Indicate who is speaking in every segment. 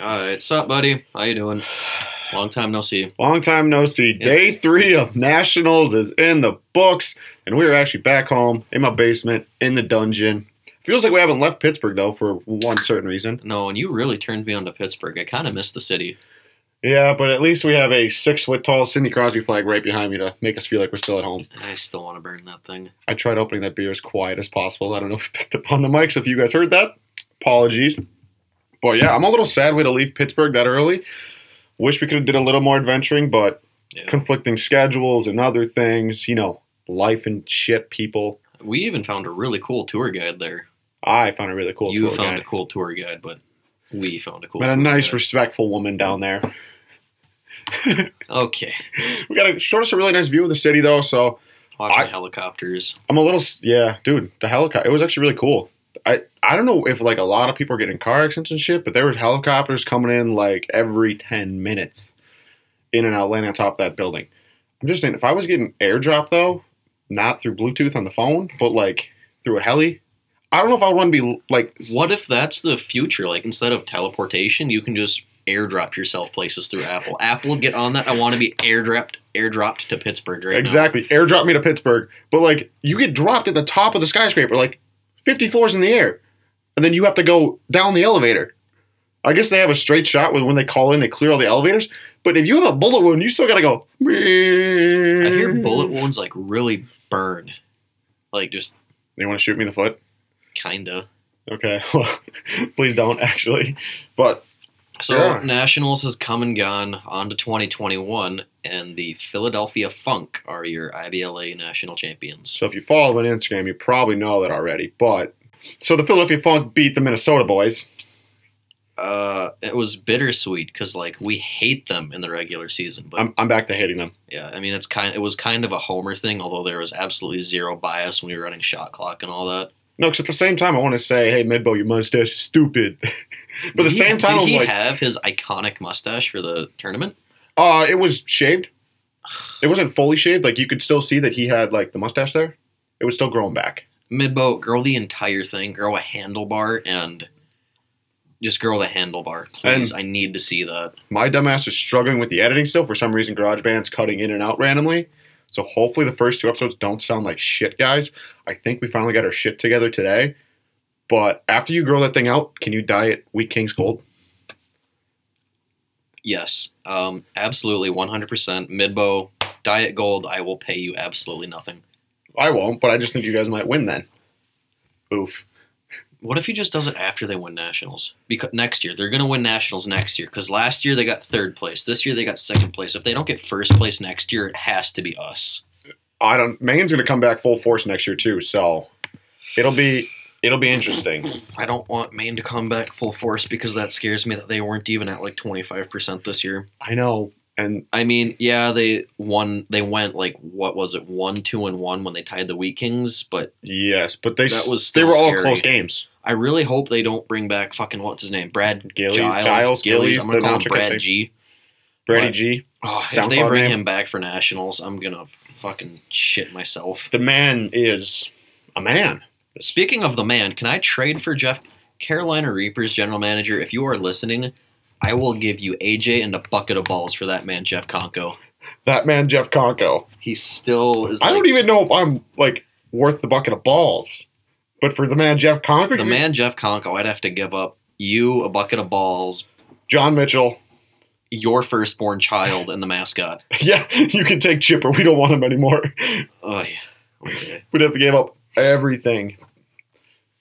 Speaker 1: Alright, sup, buddy? How you doing? Long time no see.
Speaker 2: Long time no see. Day
Speaker 1: Yes.
Speaker 2: three of Nationals is in the books, and we are actually back home in my basement in the dungeon. Feels like we haven't left Pittsburgh though for one certain reason.
Speaker 1: No, and you really turned me on to Pittsburgh. I kind of miss the city.
Speaker 2: Yeah, but at least we have a six foot tall Sidney Crosby flag right behind me to make us feel like we're still at home.
Speaker 1: I still want to burn that thing.
Speaker 2: I tried opening that beer as quiet as possible. I don't know if you picked up on the mics. If you guys heard that, apologies. But yeah, I'm a little sad we had to leave Pittsburgh that early. Wish we could have did a little more adventuring, but
Speaker 1: Yeah.
Speaker 2: conflicting schedules and other things, you know, life and shit, people.
Speaker 1: We even found a really cool tour guide there.
Speaker 2: I found a really cool
Speaker 1: you
Speaker 2: tour
Speaker 1: found
Speaker 2: guide.
Speaker 1: a cool tour guide, but we found a cool.
Speaker 2: Met a
Speaker 1: tour
Speaker 2: nice,
Speaker 1: guide.
Speaker 2: respectful woman down there.
Speaker 1: okay,
Speaker 2: We got a, showed us a really nice view of the city, though. So
Speaker 1: watching
Speaker 2: I-
Speaker 1: helicopters.
Speaker 2: I'm a little, s- yeah, dude. The helicopter, it was actually really cool. I I don't know if like a lot of people are getting car accidents and shit, but there was helicopters coming in like every ten minutes, in and out, landing on top of that building. I'm just saying, if I was getting airdrop though, not through Bluetooth on the phone, but like through a heli, I don't know if I would want to be like
Speaker 1: What if that's the future? Like instead of teleportation, you can just airdrop yourself places through Apple. Apple, get on that. I want to be airdropped, airdropped to Pittsburgh right now.
Speaker 2: Exactly. Airdrop me to Pittsburgh. But like you get dropped at the top of the skyscraper, like fifty floors in the air. And then you have to go down the elevator. I guess they have a straight shot with when they call in, they clear all the elevators. But if you have a bullet wound, you still gotta go.
Speaker 1: I hear bullet wounds like really burn, like just
Speaker 2: You wanna shoot me in the foot?
Speaker 1: kinda.
Speaker 2: Okay. Well please don't actually. But
Speaker 1: So
Speaker 2: Yeah.
Speaker 1: Nationals has come and gone on to 2021, and the Philadelphia Funk are your IBLA national champions.
Speaker 2: so if you follow them on Instagram, you probably know that already. But so the Philadelphia Funk beat the Minnesota boys.
Speaker 1: Uh, it was bittersweet because like we hate them in the regular season, but
Speaker 2: I'm, I'm back to hating them.
Speaker 1: yeah, I mean it's kind it was kind of a homer thing, although there was absolutely zero bias when we were running shot clock and all that.
Speaker 2: No, because at the same time, I want to say, hey, Midbow, your mustache is stupid. but at the
Speaker 1: Did he-
Speaker 2: same time,
Speaker 1: did
Speaker 2: I'm
Speaker 1: he
Speaker 2: like,
Speaker 1: have his iconic mustache for the tournament?
Speaker 2: uh, it was shaved. It wasn't fully shaved. Like, you could still see that he had, like, the mustache there. It was still growing back.
Speaker 1: Midboat, grow the entire thing, grow a handlebar, and just grow the handlebar, please. I need to see that.
Speaker 2: My dumbass is struggling with the editing still. For some reason, GarageBand's cutting in and out randomly. So hopefully the first two episodes don't sound like shit, guys. I think we finally got our shit together today. But after you grow that thing out, can you dye it Wheat King's Gold?
Speaker 1: Yes, um, absolutely, 100%. Midbow, Diet Gold, I will pay you absolutely nothing.
Speaker 2: I won't, but I just think you guys might win then. Oof.
Speaker 1: What if he just does it after they win nationals? Because next year they're going to win nationals next year. Because last year they got third place. This year they got second place. If they don't get first place next year, it has to be us.
Speaker 2: I don't. Maine's going to come back full force next year too, so it'll be it'll be interesting.
Speaker 1: I don't want Maine to come back full force because that scares me that they weren't even at like twenty five percent this year.
Speaker 2: I know, and
Speaker 1: I mean, yeah, they won. They went like what was it, one, two, and one when they tied the Wheat Kings. But
Speaker 2: yes, but they
Speaker 1: That was
Speaker 2: they were
Speaker 1: still
Speaker 2: all
Speaker 1: scary.
Speaker 2: close games.
Speaker 1: I really hope they don't bring back fucking what's his name, Brad
Speaker 2: Gillies,
Speaker 1: Giles, Gillies.
Speaker 2: Giles, Gillies,
Speaker 1: I'm gonna
Speaker 2: the
Speaker 1: call him
Speaker 2: non-chicken
Speaker 1: Brad
Speaker 2: thing.
Speaker 1: G.
Speaker 2: Brady
Speaker 1: But-
Speaker 2: G,
Speaker 1: Oh, if
Speaker 2: Sound
Speaker 1: they
Speaker 2: cloud
Speaker 1: bring
Speaker 2: name.
Speaker 1: him back for nationals, I'm gonna fucking shit myself.
Speaker 2: the man is a man.
Speaker 1: Speaking of the man, can I trade for Jeff Carolina Reapers general manager? If you are listening, I will give you AJ and a bucket of balls for that man, Jeff Conko.
Speaker 2: That man, Jeff Conko.
Speaker 1: He still is.
Speaker 2: I
Speaker 1: like-
Speaker 2: don't even know if I'm like worth the bucket of balls, but for the man, Jeff Conko,
Speaker 1: the
Speaker 2: you-
Speaker 1: man Jeff Conko, I'd have to give up you a bucket of balls,
Speaker 2: John Mitchell.
Speaker 1: your firstborn child, and the mascot.
Speaker 2: yeah, you can take Chipper. We don't want him anymore.
Speaker 1: Oh yeah. Okay.
Speaker 2: We'd have to give up everything.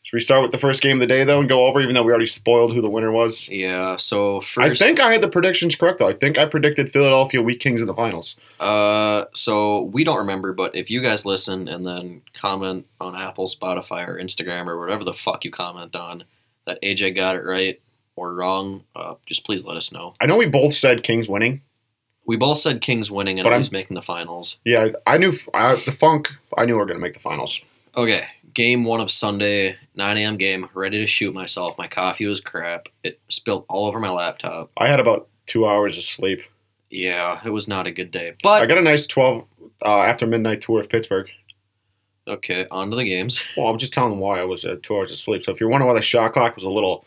Speaker 2: Should we start with the first game of the day though and go over, even though we already spoiled who the winner was?
Speaker 1: Yeah. So
Speaker 2: I
Speaker 1: first,
Speaker 2: think I had the predictions correct though. I think I predicted Philadelphia Wheat Kings in the finals.
Speaker 1: Uh, so we don't remember, but if you guys listen and then comment on Apple, Spotify, or Instagram, or whatever the fuck you comment on, that AJ got it right or wrong, uh, just please let us know.
Speaker 2: I know we both said Kings winning.
Speaker 1: We both said Kings winning and
Speaker 2: But
Speaker 1: at
Speaker 2: I'm-
Speaker 1: least making the finals.
Speaker 2: Yeah, I knew I, the Funk. I knew we were gonna make the finals.
Speaker 1: Okay, game one of Sunday, 9 a.m. game. Ready to shoot myself. My coffee was crap. It spilled all over my laptop.
Speaker 2: I had about two hours of sleep.
Speaker 1: Yeah, it was not a good day.
Speaker 2: I
Speaker 1: But
Speaker 2: got a nice 12 uh, after midnight tour of Pittsburgh.
Speaker 1: okay, on to the games.
Speaker 2: Well, I'm just telling why I was at two hours of sleep. So if you're wondering why the shot clock was a little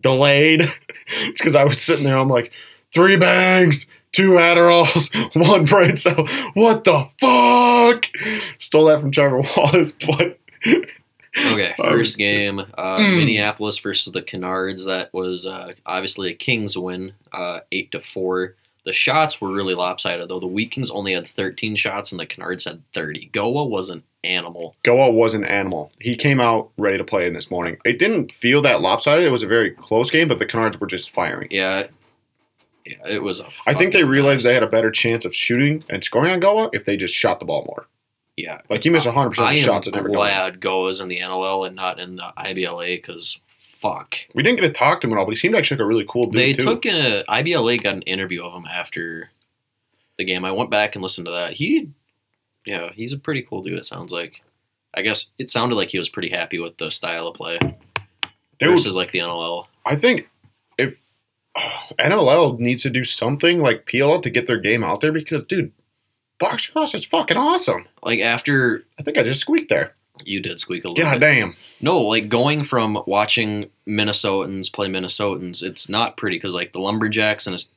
Speaker 2: delayed, it's because I was sitting there. I'm like, three bangs, two Adderalls, one brain cell. What the fuck? Stole that from Trevor Wallace, but
Speaker 1: Okay,
Speaker 2: I was
Speaker 1: first game, uh,
Speaker 2: Mm.
Speaker 1: Minneapolis versus the Canards. That was uh, obviously a Kings win, uh, eight to four. The shots were really lopsided though. The Wheat Kings only had 13 shots and the Canards had 30. Goa was an animal.
Speaker 2: Goa was an animal. He came out ready to play in this morning. It didn't feel that lopsided. It was a very close game, but the Canards were just firing.
Speaker 1: Yeah, yeah, it was. A
Speaker 2: I think they
Speaker 1: fucking
Speaker 2: realized
Speaker 1: mess.
Speaker 2: they had a better chance of shooting and scoring on Goa if they just shot the ball more.
Speaker 1: Yeah,
Speaker 2: Like you miss 100% of
Speaker 1: I
Speaker 2: the
Speaker 1: am
Speaker 2: shots that never go. in.
Speaker 1: glad Goa's in the NLL and not in the IBLA because fuck.
Speaker 2: We didn't get to talk to him at all, but he seemed like he took a really cool dude
Speaker 1: they
Speaker 2: too.
Speaker 1: took a IBLA got an interview of him after the game. I went back and listened to that. He, yeah, he's a pretty cool dude. It sounds like. I guess it sounded like he was pretty happy with the style of play
Speaker 2: Dude,
Speaker 1: versus like the NLL.
Speaker 2: I think if uh, NLL needs to do something like PLL to get their game out there because, dude, box cross is fucking awesome.
Speaker 1: Like after
Speaker 2: I think I just squeaked there.
Speaker 1: you did squeak a little.
Speaker 2: God
Speaker 1: bit.
Speaker 2: damn.
Speaker 1: No, like going from watching Minnesotans play Minnesotans, it's not pretty because like the Lumberjacks and it's-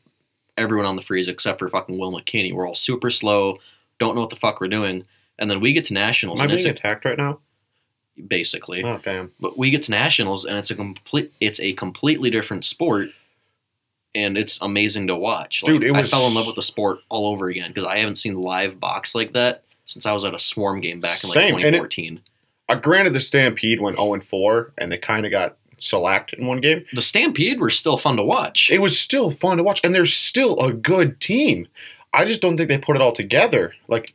Speaker 1: everyone on the freeze except for fucking Will McKinney, we're all super slow, don't know what the fuck we're doing, and then we get to nationals
Speaker 2: Am I
Speaker 1: and it's
Speaker 2: being attacked right now?
Speaker 1: a, basically.
Speaker 2: Oh damn.
Speaker 1: But we get to nationals and it's a complete, it's a completely different sport, and it's amazing to watch. Like,
Speaker 2: Dude, it
Speaker 1: I
Speaker 2: was-
Speaker 1: fell in love with the sport all over again because I haven't seen live box like that since I was at a Swarm game back in like
Speaker 2: Same, and it-
Speaker 1: 2014.
Speaker 2: Uh, granted, the Stampede went 0 4, and they kind of got shellacked in one game.
Speaker 1: the Stampede were still fun to watch.
Speaker 2: It was still fun to watch, and they're still a good team. I just don't think they put it all together. Like,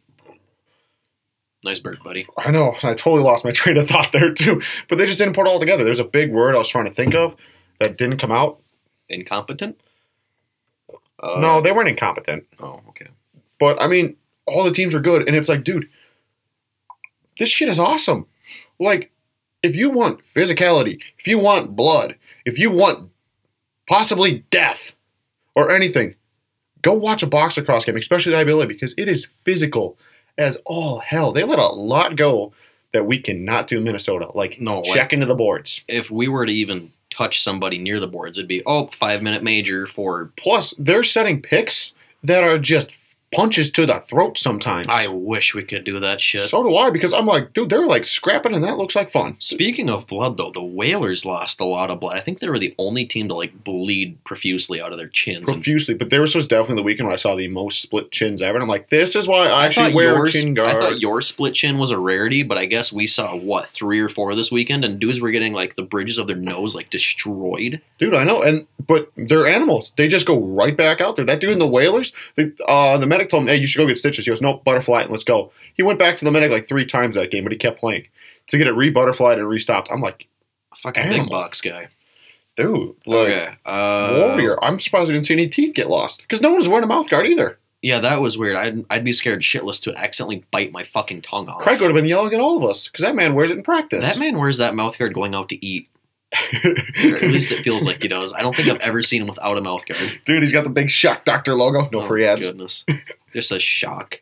Speaker 1: nice bird, buddy.
Speaker 2: I know. I totally lost my train of thought there too. But they just didn't put it all together. There's a big word I was trying to think of that didn't come out.
Speaker 1: incompetent? Uh,
Speaker 2: no, they weren't incompetent.
Speaker 1: Oh, okay.
Speaker 2: But I mean, all the teams are good, and it's like, dude, this shit is awesome. Like, if you want physicality, if you want blood, if you want possibly death or anything, go watch a box lacrosse game, especially the IBLA, because it is physical as all hell. They let a lot go that we cannot do in Minnesota. Like
Speaker 1: No, like-
Speaker 2: check into the boards.
Speaker 1: If we were to even touch somebody near the boards, it'd be oh, five minute major for.
Speaker 2: Plus, they're setting picks that are just punches to the throat sometimes.
Speaker 1: I wish we could do that shit.
Speaker 2: so do I because I'm like, dude, they're like scrapping, and that looks like fun.
Speaker 1: Speaking of blood, though, the Whalers lost a lot of blood. I think they were the only team to like bleed profusely out of their chins. and-
Speaker 2: Profusely, but this was definitely the weekend when I saw the most split chins ever, and I'm like, this is
Speaker 1: I
Speaker 2: why I,
Speaker 1: thought
Speaker 2: actually wear
Speaker 1: yours-
Speaker 2: a chin
Speaker 1: I
Speaker 2: guard.
Speaker 1: thought your split chin was a rarity, but I guess we saw what three or four this weekend, and dudes were getting like the bridges of their nose like destroyed.
Speaker 2: dude, I know, and but they're animals. They just go right back out there. That dude in the whalers, the uh, the medic told him, hey, you should go get stitches. He goes, nope, butterfly, it and let's go. He went back to the medic like three times that game, but he kept playing to get it re-butterflied and re-stopped. I'm like,
Speaker 1: Fucking big
Speaker 2: Animal.
Speaker 1: bucks guy.
Speaker 2: dude, like.
Speaker 1: okay. Uh,
Speaker 2: Warrior. I'm surprised we didn't see any teeth get lost because no one was wearing a mouth guard either.
Speaker 1: Yeah, that was weird. I'd, I'd be scared shitless to accidentally bite my fucking tongue off.
Speaker 2: Craig would have been yelling at all of us because that man wears it in practice.
Speaker 1: that man wears that mouth guard going out to eat. Or at least it feels like he does. I don't think I've ever seen him without a mouth guard.
Speaker 2: Dude, he's got the big Shock Doctor logo. No
Speaker 1: Oh,
Speaker 2: free ads.
Speaker 1: Goodness. Just a shock.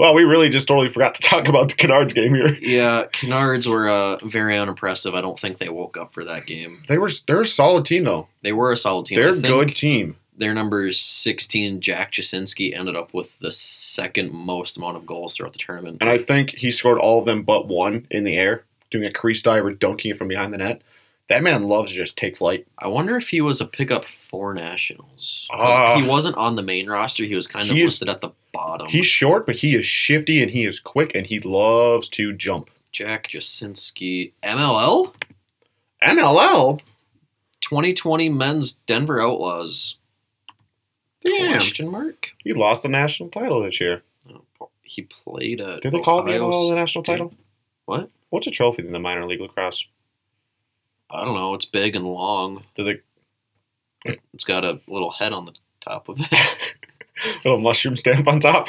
Speaker 2: Well, we really just totally forgot to talk about the Canards game here.
Speaker 1: Yeah, Canards were uh, very unimpressive. I don't think they woke up for that game.
Speaker 2: They were they're a solid team though.
Speaker 1: They were a solid team. I
Speaker 2: They're a
Speaker 1: think
Speaker 2: good team.
Speaker 1: Their number 16, Jack Jasinski, ended up with the second most amount of goals throughout the tournament.
Speaker 2: And I think he scored all of them but one in the air, doing a crease dive or dunking it from behind the net. That man loves to just take flight.
Speaker 1: I wonder if he was a pickup for Nationals. 'Cause
Speaker 2: Ah.
Speaker 1: he wasn't on the main roster. He was kind of
Speaker 2: He is-
Speaker 1: listed at the bottom.
Speaker 2: He's short, but he is shifty and he is quick and he loves to jump.
Speaker 1: Jack Jasinski, MLL,
Speaker 2: MLL?
Speaker 1: 2020 Men's Denver Outlaws.
Speaker 2: Damn.
Speaker 1: Question mark.
Speaker 2: He lost the national title this year.
Speaker 1: Oh, poor- He played at.
Speaker 2: Did they call it the
Speaker 1: Oh, Ohio
Speaker 2: NLL the
Speaker 1: S-
Speaker 2: national title?
Speaker 1: What?
Speaker 2: What's a trophy in the minor league lacrosse?
Speaker 1: I don't know. It's big and long.
Speaker 2: Did they
Speaker 1: It's got a little head on the top of it.
Speaker 2: little mushroom stamp on top?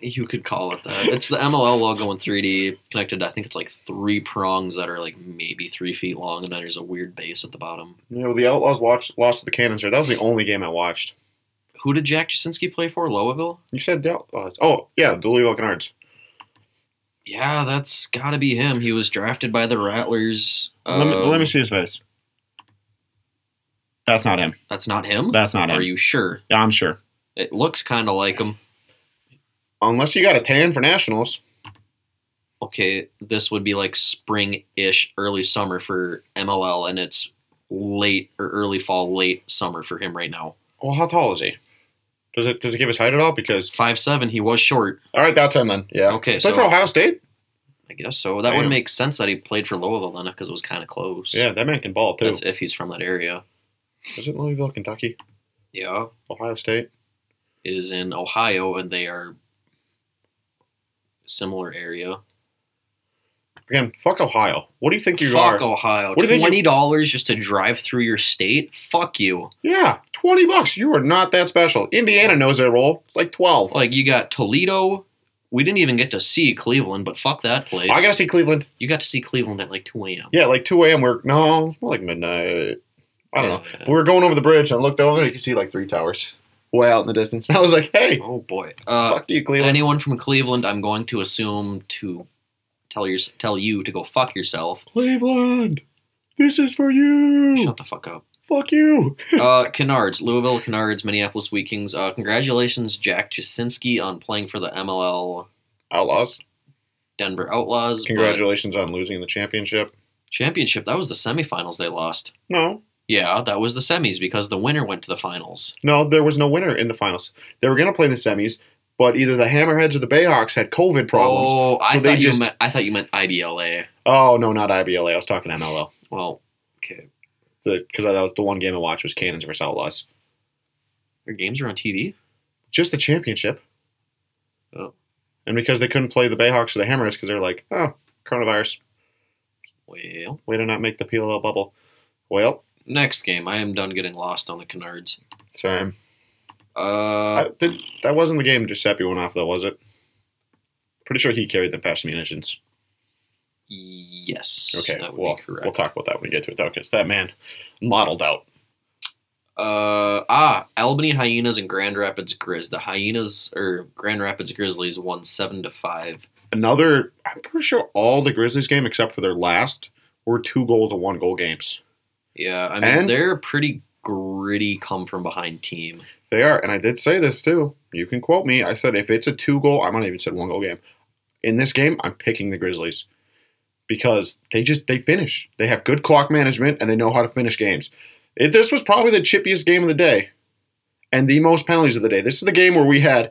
Speaker 1: you could call it that. It's the MLL logo in 3D connected. I think it's like three prongs that are like maybe three feet long, and then there's a weird base at the bottom.
Speaker 2: You know, the Outlaws watched, lost to the Cannons here. That was the only game I watched.
Speaker 1: Who did Jack Jasinski play for? Lowellville.
Speaker 2: You said the Outlaws. Oh, yeah, the Louisville Canards.
Speaker 1: Yeah, that's got to be him. He was drafted by the Rattlers.
Speaker 2: let, me, let
Speaker 1: Um,
Speaker 2: me see his face. That's not him.
Speaker 1: Um, That's not him.
Speaker 2: That's not
Speaker 1: Are
Speaker 2: him.
Speaker 1: you sure?
Speaker 2: Yeah, I'm sure.
Speaker 1: It looks kind of like him.
Speaker 2: Unless you got a tan for Nationals.
Speaker 1: Okay, this would be like spring-ish, early summer for MLL, and it's late or early fall, late summer for him right now.
Speaker 2: Well, how tall is he? Does it does it give his height at all? Because
Speaker 1: Five seven. He was short.
Speaker 2: all right, that's him then. Yeah.
Speaker 1: Okay,
Speaker 2: Play
Speaker 1: so-
Speaker 2: for Ohio State.
Speaker 1: I guess so. That would
Speaker 2: Damn.
Speaker 1: make sense that he played for Louisville then, because it was kind of close.
Speaker 2: Yeah, that man can ball too.
Speaker 1: that's if he's from that area.
Speaker 2: Is it Louisville, Kentucky,
Speaker 1: Yeah,
Speaker 2: Ohio State?
Speaker 1: is in Ohio, and they are similar area.
Speaker 2: Again, fuck Ohio. What do you think you are?
Speaker 1: Fuck Ohio.
Speaker 2: What do you think you-
Speaker 1: Twenty dollars just to drive through your state. Fuck you.
Speaker 2: yeah, twenty bucks. You are not that special. Indiana knows their role. It's like twelve.
Speaker 1: Like you got Toledo. We didn't even get to see Cleveland, but fuck that place.
Speaker 2: I gotta see Cleveland.
Speaker 1: you got to see Cleveland at like two a.m.
Speaker 2: Yeah, like two a.m. We're no, more like midnight. I don't know.
Speaker 1: Yeah.
Speaker 2: We were going over the bridge and I looked over and you could see like three towers way out in the distance. And I was like, hey,
Speaker 1: Oh boy. Uh,
Speaker 2: fuck you, Cleveland.
Speaker 1: anyone from Cleveland, I'm going to assume to tell your tell you to go fuck yourself.
Speaker 2: Cleveland, this is for you.
Speaker 1: Shut the fuck up.
Speaker 2: Fuck you.
Speaker 1: uh, Canards, Louisville Canards, Minneapolis Vikings. Uh, congratulations, Jack Jasinski, on playing for the MLL
Speaker 2: Outlaws,
Speaker 1: Denver Outlaws. but
Speaker 2: congratulations on losing the championship.
Speaker 1: Championship. That was the semifinals they lost.
Speaker 2: No,
Speaker 1: Yeah, that was the semis because the winner went to the finals.
Speaker 2: no, there was no winner in the finals. They were going to play in the semis, but either the Hammerheads or the Bayhawks had COVID problems.
Speaker 1: Oh, I
Speaker 2: So they
Speaker 1: thought
Speaker 2: just-
Speaker 1: you meant I thought you meant IBLA.
Speaker 2: Oh, no, not IBLA. I was talking MLL.
Speaker 1: Well, okay,
Speaker 2: Because that was the one game I watched was Cannons versus Outlaws.
Speaker 1: your games are on TV.
Speaker 2: Just the championship.
Speaker 1: Oh.
Speaker 2: And because they couldn't play the Bayhawks or the Hammerheads because they're like, oh, coronavirus.
Speaker 1: Well,
Speaker 2: Way to not make the PLL bubble. Well,
Speaker 1: next game. I am done getting lost on the Canards.
Speaker 2: sorry.
Speaker 1: Uh,
Speaker 2: I- did- that wasn't the game Giuseppe went off, though, was it? Pretty sure he carried them past munitions.
Speaker 1: yes.
Speaker 2: Okay,
Speaker 1: that would
Speaker 2: well,
Speaker 1: be correct.
Speaker 2: we'll talk about that when we get to it, though, because that man modeled out.
Speaker 1: Uh ah, Albany Hyenas and Grand Rapids Grizz. The Hyenas or Grand Rapids Grizzlies won seven to five.
Speaker 2: Another, I'm pretty sure all the Grizzlies game except for their last were two goal to one goal games.
Speaker 1: Yeah, I mean
Speaker 2: And-
Speaker 1: they're a pretty gritty come from behind team.
Speaker 2: They are, and I did say this too. You can quote me. I said if it's a two goal, I might even said one goal game. In this game, I'm picking the Grizzlies because they just they finish. They have good clock management and they know how to finish games. If this was probably the chippiest game of the day and the most penalties of the day. This is the game where we had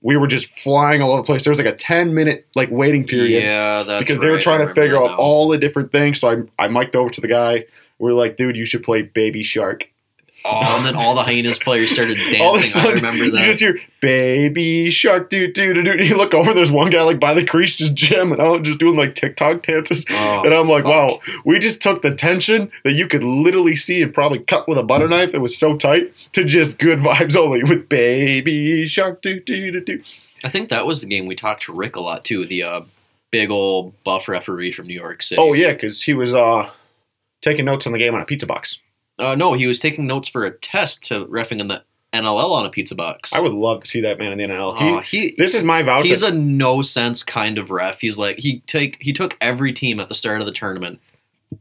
Speaker 2: we were just flying all over the place. There was like a 10 minute like waiting period
Speaker 1: Yeah, that's
Speaker 2: because they were
Speaker 1: right, I
Speaker 2: trying to
Speaker 1: remember
Speaker 2: figure
Speaker 1: that
Speaker 2: out
Speaker 1: now.
Speaker 2: all the different things. So I I mic'd over to the guy. We are like, dude, you should play Baby Shark.
Speaker 1: Oh, and then all the Hyenas players started dancing.
Speaker 2: All of a
Speaker 1: I
Speaker 2: sudden,
Speaker 1: remember that.
Speaker 2: You just hear "baby shark doo doo doo doo." You look over, there's one guy like by the crease just jamming out, just doing like TikTok dances,
Speaker 1: Oh,
Speaker 2: and I'm like,
Speaker 1: fuck.
Speaker 2: wow, we just took the tension that you could literally see and probably cut with a butter knife. It was so tight to just good vibes only with "baby shark doo doo doo doo."
Speaker 1: I think that was the game we talked to Rick a lot too. The uh, big old buff referee from New York City.
Speaker 2: Oh yeah, because he was uh taking notes on the game on a pizza box.
Speaker 1: Uh, no, he was taking notes for a test to refing in the NLL on a pizza box.
Speaker 2: I would love to see that man in the NL.
Speaker 1: Oh, he
Speaker 2: this is my voucher.
Speaker 1: He's a no sense kind of ref. He's like he take he took every team at the start of the tournament,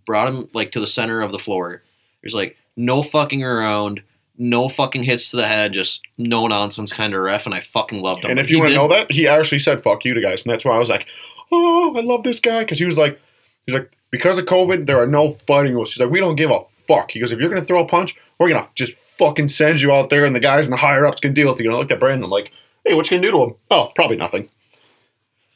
Speaker 1: brought him like to the center of the floor. There's like no fucking around, no fucking hits to the head, just no nonsense kind of ref, and I fucking loved him.
Speaker 2: And if
Speaker 1: He
Speaker 2: you want to
Speaker 1: did-
Speaker 2: know that, he actually said "fuck you" to guys, and that's why I was like, "Oh, I love this guy," because he was like, he's like, because of COVID, there are no fighting rules. He's like, we don't give a fuck. He goes, if you're gonna throw a punch, we're gonna just fucking send you out there, and the guys in the higher ups can deal with you. And I looked at Brandon, I'm like, hey, what you gonna do to him? Oh, probably nothing,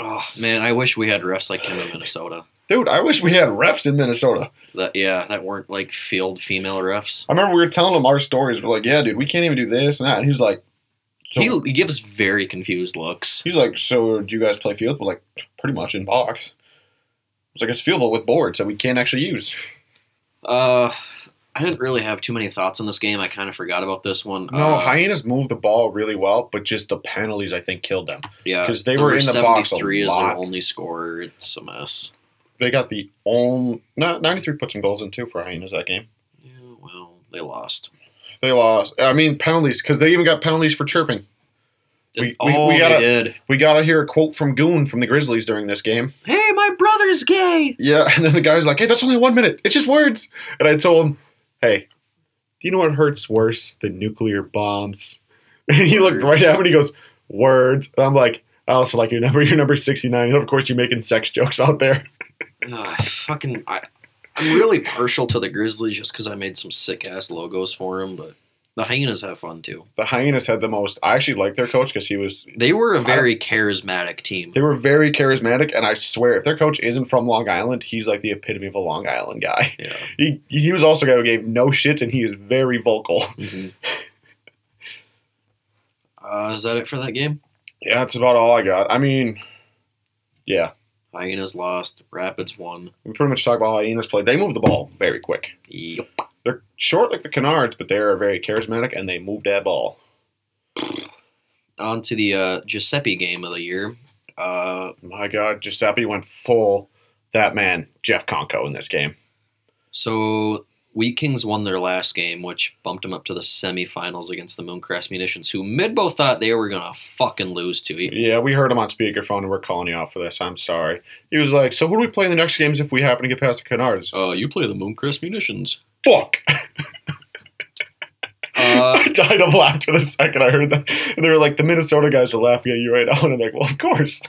Speaker 1: oh man, I wish we had refs like him in Minnesota.
Speaker 2: dude. I wish we had refs in Minnesota.
Speaker 1: That yeah, that weren't like field female refs.
Speaker 2: I remember we were telling him our stories. We're like, yeah, dude, we can't even do this and that. And he's like, so,
Speaker 1: He, he gives very confused looks.
Speaker 2: he's like, so do you guys play field? We're like, pretty much in box. It's like it's field but with boards that we can't actually use.
Speaker 1: Uh, I didn't really have too many thoughts on this game. I kind of forgot about this one.
Speaker 2: No,
Speaker 1: Uh,
Speaker 2: hyenas moved the ball really well, but just the penalties I think killed them
Speaker 1: yeah,
Speaker 2: because they were in the box a
Speaker 1: Uh, is their
Speaker 2: lot.
Speaker 1: only scorer. It's a mess.
Speaker 2: They got the only not ninety three put some goals in too for hyenas that game.
Speaker 1: Yeah, well, they lost.
Speaker 2: They lost. I mean penalties because they even got penalties for chirping. We- we-
Speaker 1: oh,
Speaker 2: we gotta-
Speaker 1: they did.
Speaker 2: We got to hear a quote from Goon from the Grizzlies during this game.
Speaker 1: Hey, my brother's gay.
Speaker 2: Yeah, and then the guy's like, "Hey, that's only one minute. It's just words." And I told him, "Hey, do you know what hurts worse than nuclear bombs?" And he looked right
Speaker 1: Words.
Speaker 2: at me and he goes, "Words." And I'm like, "I also like your number. Your number 69. And of course, you're making sex jokes out there."
Speaker 1: Ugh, fucking, I, I'm really partial to the Grizzlies just because I made some sick ass logos for them, but the hyenas have fun too.
Speaker 2: The hyenas had the most. I actually liked their coach because he was.
Speaker 1: They were a very charismatic team.
Speaker 2: They were very charismatic, and I swear, if their coach isn't from Long Island, he's like the epitome of a Long Island guy.
Speaker 1: Yeah.
Speaker 2: He he was also a guy who gave no shits, and he is very vocal.
Speaker 1: Mm-hmm. Uh, is that it for that game?
Speaker 2: Yeah, that's about all I got. I mean, yeah.
Speaker 1: Hyenas lost. Rapids won.
Speaker 2: We pretty much talk about how Enos played. They move the ball very quick.
Speaker 1: Yep.
Speaker 2: They're short like the Canards, but they are very charismatic and they move that ball.
Speaker 1: On to the uh, Giuseppe game of the year. Uh,
Speaker 2: My God, Giuseppe went full that man, Jeff Conco, in this game.
Speaker 1: so Wheat Kings won their last game, which bumped them up to the semifinals against the Mooncrest Munitions, who Midbow thought they were gonna fucking lose to. He-
Speaker 2: Yeah, we heard him on speakerphone and we're calling you out for this. I'm sorry. He was like, So who do we play in the next games if we happen to get past the Canards?
Speaker 1: Uh, you play the Mooncrest Munitions.
Speaker 2: Fuck!
Speaker 1: Uh,
Speaker 2: I died of laughter the second I heard that. And they were like, The Minnesota guys are laughing at you right now. And I'm like, Well, of course.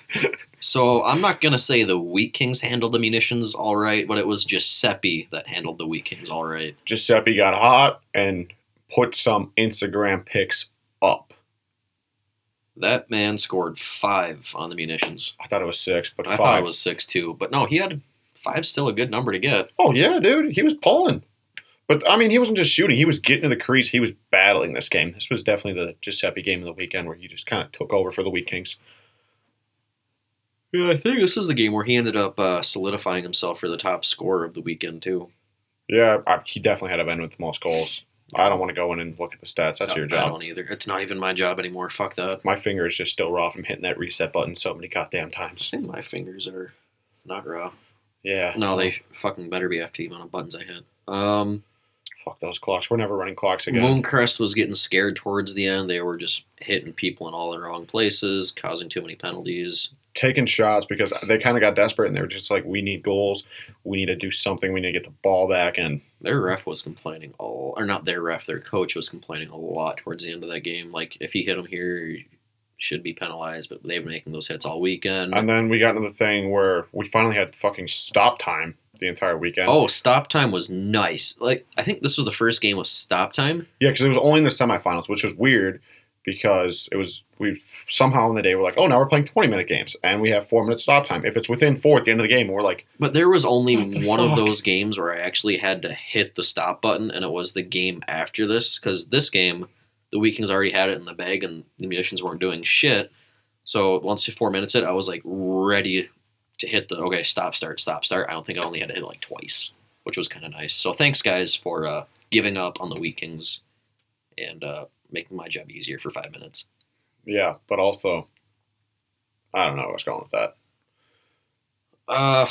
Speaker 1: so I'm not gonna say the Wheat Kings handled the Munitions all right, but it was Giuseppe that handled the Wheat Kings all right.
Speaker 2: Giuseppe got hot and put some Instagram pics up.
Speaker 1: That man scored five on the Munitions.
Speaker 2: I thought it was six, but
Speaker 1: I
Speaker 2: five.
Speaker 1: thought it was six too, but no, he had five's still a good number to get.
Speaker 2: Oh yeah, dude, he was pulling. But I mean, he wasn't just shooting; he was getting to the crease. He was battling this game. This was definitely the Giuseppe game of the weekend where he just kind of took over for the Wheat Kings.
Speaker 1: Yeah, I think this is the game where he ended up uh, solidifying himself for the top scorer of the weekend too.
Speaker 2: Yeah, I, he definitely had a win with the most goals. I don't want to go in and look at the stats. That's
Speaker 1: No,
Speaker 2: your
Speaker 1: I
Speaker 2: job.
Speaker 1: don't either. It's not even my job anymore. Fuck that.
Speaker 2: My finger is just still raw from hitting that reset button so many goddamn times.
Speaker 1: I think my fingers are not raw.
Speaker 2: Yeah.
Speaker 1: No, they fucking better be after the amount of buttons I hit. Um,
Speaker 2: Fuck those clocks. We're never running clocks again.
Speaker 1: Mooncrest was getting scared towards the end. They were just hitting people in all the wrong places, causing too many penalties.
Speaker 2: Taking shots because they kind of got desperate and they were just like, "We need goals. We need to do something. We need to get the ball back." And
Speaker 1: Their ref was complaining all, or not their ref, their coach was complaining a lot towards the end of that game. Like if he hit him here, you should be penalized. But they've been making those hits all weekend.
Speaker 2: and then we got into the thing where we finally had fucking stop time the entire weekend.
Speaker 1: Oh, stop time was nice. Like I think this was the first game with stop time.
Speaker 2: Yeah, because it was only in the semifinals, which was weird because it was we somehow in the day we're like, oh, now we're playing twenty minute games and we have four minutes stop time. If it's within four at the end of the game, we're like,
Speaker 1: But there was only
Speaker 2: What the
Speaker 1: one of
Speaker 2: fuck?
Speaker 1: those games where I actually had to hit the stop button, and it was the game after this because this game, the Vikings already had it in the bag, and the munitions weren't doing shit. So once the four minutes it, I was like ready to hit the okay stop start stop start. I don't think I only had to hit it like twice, which was kind of nice. So thanks guys for uh, giving up on the Vikings and uh, making my job easier for five minutes.
Speaker 2: yeah, but also, I don't know where I was going with that.
Speaker 1: Uh,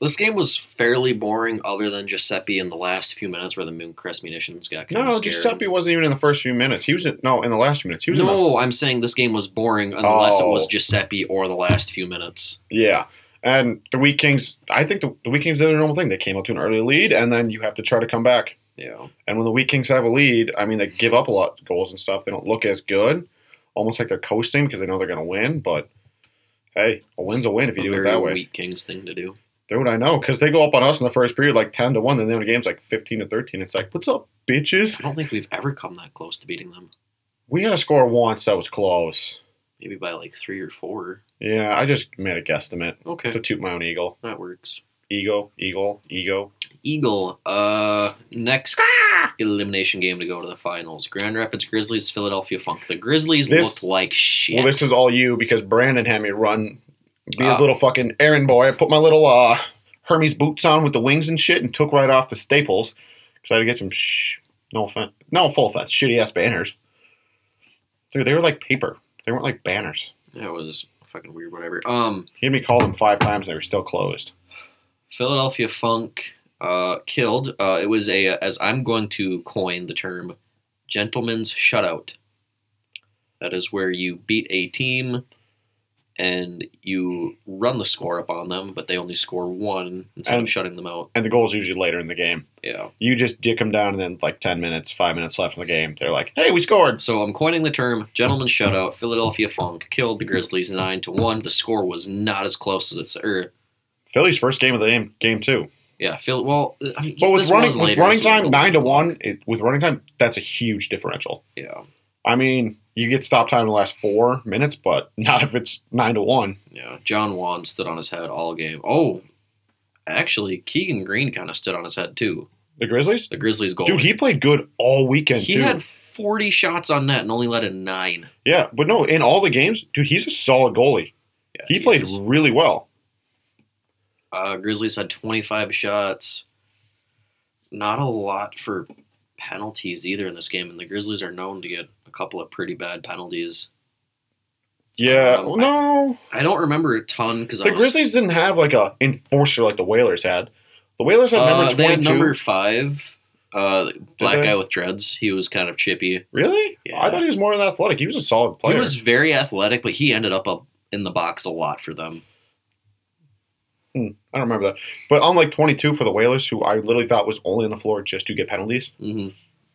Speaker 1: this game was fairly boring, other than Giuseppe in the last few minutes where the Mooncrest munitions got kind
Speaker 2: No,
Speaker 1: of scared.
Speaker 2: Giuseppe wasn't even in the first few minutes. He was in, no in the last few minutes. He was in the,
Speaker 1: No, I'm saying this game was boring unless it was
Speaker 2: Oh.
Speaker 1: Giuseppe or the last few minutes.
Speaker 2: yeah. And the Wheat Kings, I think the, the Wheat Kings did their normal thing. They came up to an early lead, and then you have to try to come back.
Speaker 1: Yeah.
Speaker 2: And when the Wheat Kings have a lead, I mean, they give up a lot of goals and stuff. They don't look as good, almost like they're coasting because they know they're going to win. But hey, a win's a win if you
Speaker 1: a
Speaker 2: do it
Speaker 1: very
Speaker 2: that way.
Speaker 1: weak Kings thing to do.
Speaker 2: Dude, I know because they go up on us in the first period like 10 to 1, then the end of the game's like 15 to 13. It's like, what's up,
Speaker 1: I
Speaker 2: bitches?
Speaker 1: don't think we've ever come that close to beating them.
Speaker 2: We had a score once that was close.
Speaker 1: Maybe by like three or four.
Speaker 2: Yeah, I just made a guesstimate to
Speaker 1: Okay,
Speaker 2: toot my own eagle.
Speaker 1: that works.
Speaker 2: Ego, eagle, ego.
Speaker 1: Eagle. Uh, next
Speaker 2: Ah!
Speaker 1: elimination game to go to the finals. Grand Rapids Grizzlies, Philadelphia Funk. The Grizzlies
Speaker 2: This-
Speaker 1: looked like shit.
Speaker 2: Well, this is all you because Brandon had me run, be his
Speaker 1: Ah.
Speaker 2: little fucking errand boy. I put my little uh, Hermes boots on with the wings and shit and took right off to Staples because I had to get some sh- no offense, no full offense, shitty ass banners. Dude, they were like paper. They weren't like banners.
Speaker 1: That was fucking weird. Whatever. Um,
Speaker 2: He had me call them five times, and they were still closed.
Speaker 1: Philadelphia Funk uh, killed. Uh, it was a as I'm going to coin the term, gentleman's shutout. That is where you beat a team, and you run the score up on them, but they only score one instead
Speaker 2: And-
Speaker 1: of shutting them out.
Speaker 2: And the goal is usually later in the game.
Speaker 1: Yeah.
Speaker 2: You just dick them down, and then like ten minutes, five minutes left in the game, they're like, "Hey, we scored."
Speaker 1: So I'm coining the term gentleman's shutout. Philadelphia Funk killed the Grizzlies nine to one. The score was not as close as it's or
Speaker 2: Philly's first game of the game, game two.
Speaker 1: yeah. Phil, well, I mean,
Speaker 2: But with
Speaker 1: this
Speaker 2: running,
Speaker 1: was
Speaker 2: with
Speaker 1: later.
Speaker 2: running
Speaker 1: This was
Speaker 2: time
Speaker 1: the
Speaker 2: nine to
Speaker 1: one.
Speaker 2: one, it, with running time, that's a huge differential.
Speaker 1: Yeah,
Speaker 2: I mean, you get stop time in the last four minutes, but not if it's nine to one.
Speaker 1: yeah. John Wan stood on his head all game. Oh, actually, Keegan Green kind of stood on his head too.
Speaker 2: The Grizzlies,
Speaker 1: The Grizzlies goal.
Speaker 2: dude, he played good all weekend.
Speaker 1: He
Speaker 2: too.
Speaker 1: had 40 shots on net and only let in nine.
Speaker 2: Yeah, but no, in all the games, dude, he's a solid goalie.
Speaker 1: Yeah,
Speaker 2: He played
Speaker 1: was-
Speaker 2: really well.
Speaker 1: Uh, Grizzlies had 25 shots. Not a lot for penalties either in this game, and the Grizzlies are known to get a couple of pretty bad penalties.
Speaker 2: Yeah,
Speaker 1: Um,
Speaker 2: no,
Speaker 1: I don't remember a ton because I
Speaker 2: the
Speaker 1: was,
Speaker 2: Grizzlies didn't have like a enforcer like the Whalers had. The Whalers had
Speaker 1: Uh,
Speaker 2: number
Speaker 1: they had
Speaker 2: twenty-two.
Speaker 1: number five, uh, black
Speaker 2: they?
Speaker 1: guy with dreads. He was kind of chippy.
Speaker 2: Really?
Speaker 1: Yeah.
Speaker 2: I thought he was more than athletic. He was a solid player.
Speaker 1: He was very athletic, but he ended up, up in the box a lot for them.
Speaker 2: I don't remember that. But unlike twenty-two for the Whalers, who I literally thought was only on the floor just to get penalties,
Speaker 1: hmm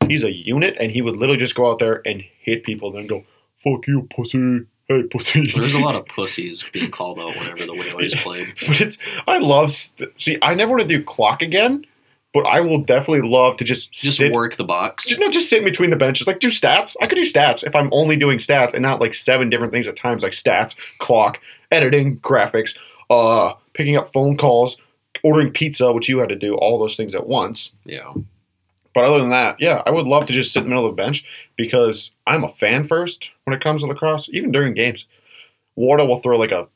Speaker 2: he's a unit, and he would literally just go out there and hit people, and then go "fuck you, pussy." Hey, pussy.
Speaker 1: There's a lot of pussies being called out whenever the Whalers played.
Speaker 2: But it's I love st- see I never want to do clock again, but I will definitely love to just
Speaker 1: Just
Speaker 2: sit,
Speaker 1: work the box.
Speaker 2: just, no, just sit in between the benches, like do stats. I could do stats if I'm only doing stats and not like seven different things at times, like stats, clock, editing, graphics, uh, picking up phone calls, ordering pizza, which you had to do all those things at once.
Speaker 1: Yeah.
Speaker 2: But other than that, yeah, I would love to just sit in the middle of the bench because I'm a fan first when it comes to lacrosse, even during games. Warda will throw like a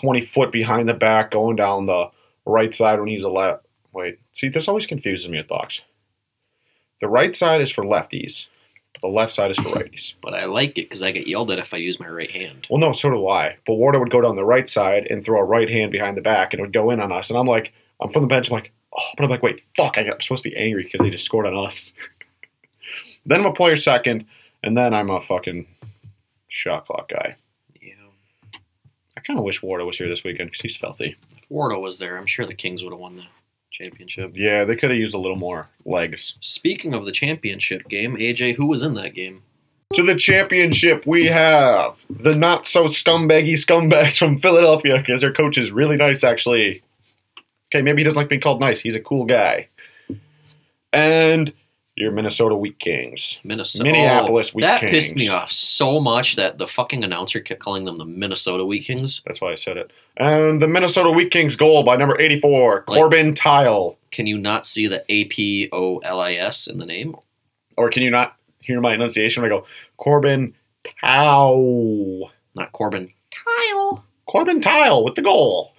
Speaker 2: 20 foot behind the back going down the right side when he's a left. Wait, see, this always confuses me with box. The right side is for lefties, but the left side is for righties.
Speaker 1: But I like it because I get yelled at if I use my right hand.
Speaker 2: Well, no, so do I. But Warda would go down the right side and throw a right hand behind the back and it would go in on us. And I'm like, I'm from the bench. I'm like, oh, but I'm like, wait, fuck, I got- I'm supposed to be angry because they just scored on us. then I'm a player second, and then I'm a fucking shot clock guy.
Speaker 1: Yeah.
Speaker 2: I kind of wish Warda was here this weekend because he's filthy.
Speaker 1: If Wardo was there, I'm sure the Kings would have won the championship.
Speaker 2: Yeah, they could have used a little more legs.
Speaker 1: Speaking of the championship game, AJ, who was in that game?
Speaker 2: To the championship, we have the not so scumbaggy scumbags from Philadelphia because their coach is really nice, actually. Okay, maybe he doesn't like being called nice. He's a cool guy. And your Minnesota Wheat Kings.
Speaker 1: Minnesota. Oh,
Speaker 2: Minneapolis Wheat
Speaker 1: That
Speaker 2: Kings.
Speaker 1: pissed me off so much that the fucking announcer kept calling them the Minnesota Wheat Kings.
Speaker 2: That's why I said it. And the Minnesota Wheat Kings goal by number 84,
Speaker 1: Like-
Speaker 2: Corbin Tile.
Speaker 1: Can you not see the A P O L I S in the name?
Speaker 2: Or can you not hear my enunciation? when I go, Corbin Tile.
Speaker 1: Not Corbin. Kyle.
Speaker 2: Corbin Tile with the goal.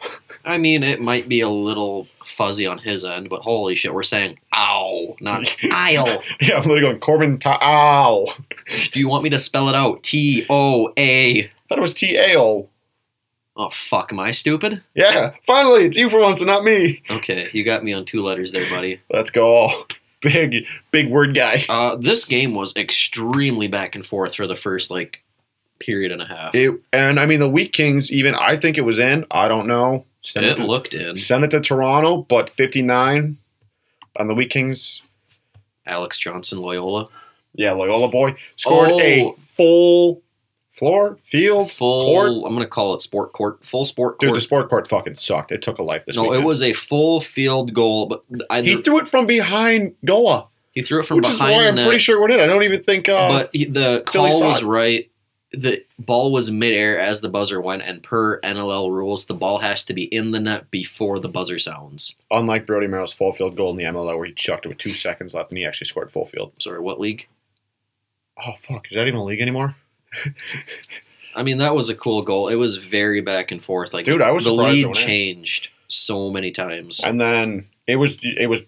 Speaker 1: I mean, it might be a little fuzzy on his end, but holy shit, we're saying ow, not Kyle.
Speaker 2: Yeah, I'm literally going, Corbin Tile.
Speaker 1: Do you want me to spell it out? T O A.
Speaker 2: thought it was T A O.
Speaker 1: Oh fuck, am I stupid?
Speaker 2: Yeah, finally, it's you for once and not me.
Speaker 1: Okay, you got me on two letters there, buddy.
Speaker 2: Let's go. Big, big word guy.
Speaker 1: Uh, this game was extremely back and forth for the first like period and a half. It,
Speaker 2: It, and I mean, the Wheat Kings, even, I think it was in. I don't know. Send it, to,
Speaker 1: looked in.
Speaker 2: send it to Toronto, but 59 on the Wheat Kings.
Speaker 1: Alex Johnson Loyola,
Speaker 2: Yeah, Loyola boy scored a
Speaker 1: Oh.
Speaker 2: full floor, field,
Speaker 1: full.
Speaker 2: court.
Speaker 1: I'm gonna call it sport court. Full sport
Speaker 2: Dude, the
Speaker 1: court.
Speaker 2: sport court fucking sucked. It took a life this
Speaker 1: no,
Speaker 2: weekend.
Speaker 1: it was a full field goal, but I,
Speaker 2: He threw it from behind Goa,
Speaker 1: he threw it from
Speaker 2: which is
Speaker 1: behind
Speaker 2: why
Speaker 1: the
Speaker 2: I'm
Speaker 1: net.
Speaker 2: pretty sure what it. I don't even think. Uh,
Speaker 1: but he, the
Speaker 2: Philly
Speaker 1: call
Speaker 2: saw
Speaker 1: was
Speaker 2: it.
Speaker 1: right. The ball was midair as the buzzer went, and per NLL rules, the ball has to be in the net before the buzzer sounds.
Speaker 2: unlike Brody Merrill's full field goal in the MLO where he chucked it with two seconds left and he actually scored full field.
Speaker 1: Sorry, what league?
Speaker 2: Oh fuck, is that even a league anymore?
Speaker 1: I mean, that was a cool goal. It was very back and forth. Like,
Speaker 2: Dude, I was
Speaker 1: the
Speaker 2: surprised it
Speaker 1: lead
Speaker 2: went in.
Speaker 1: changed so many times.
Speaker 2: And then it was it was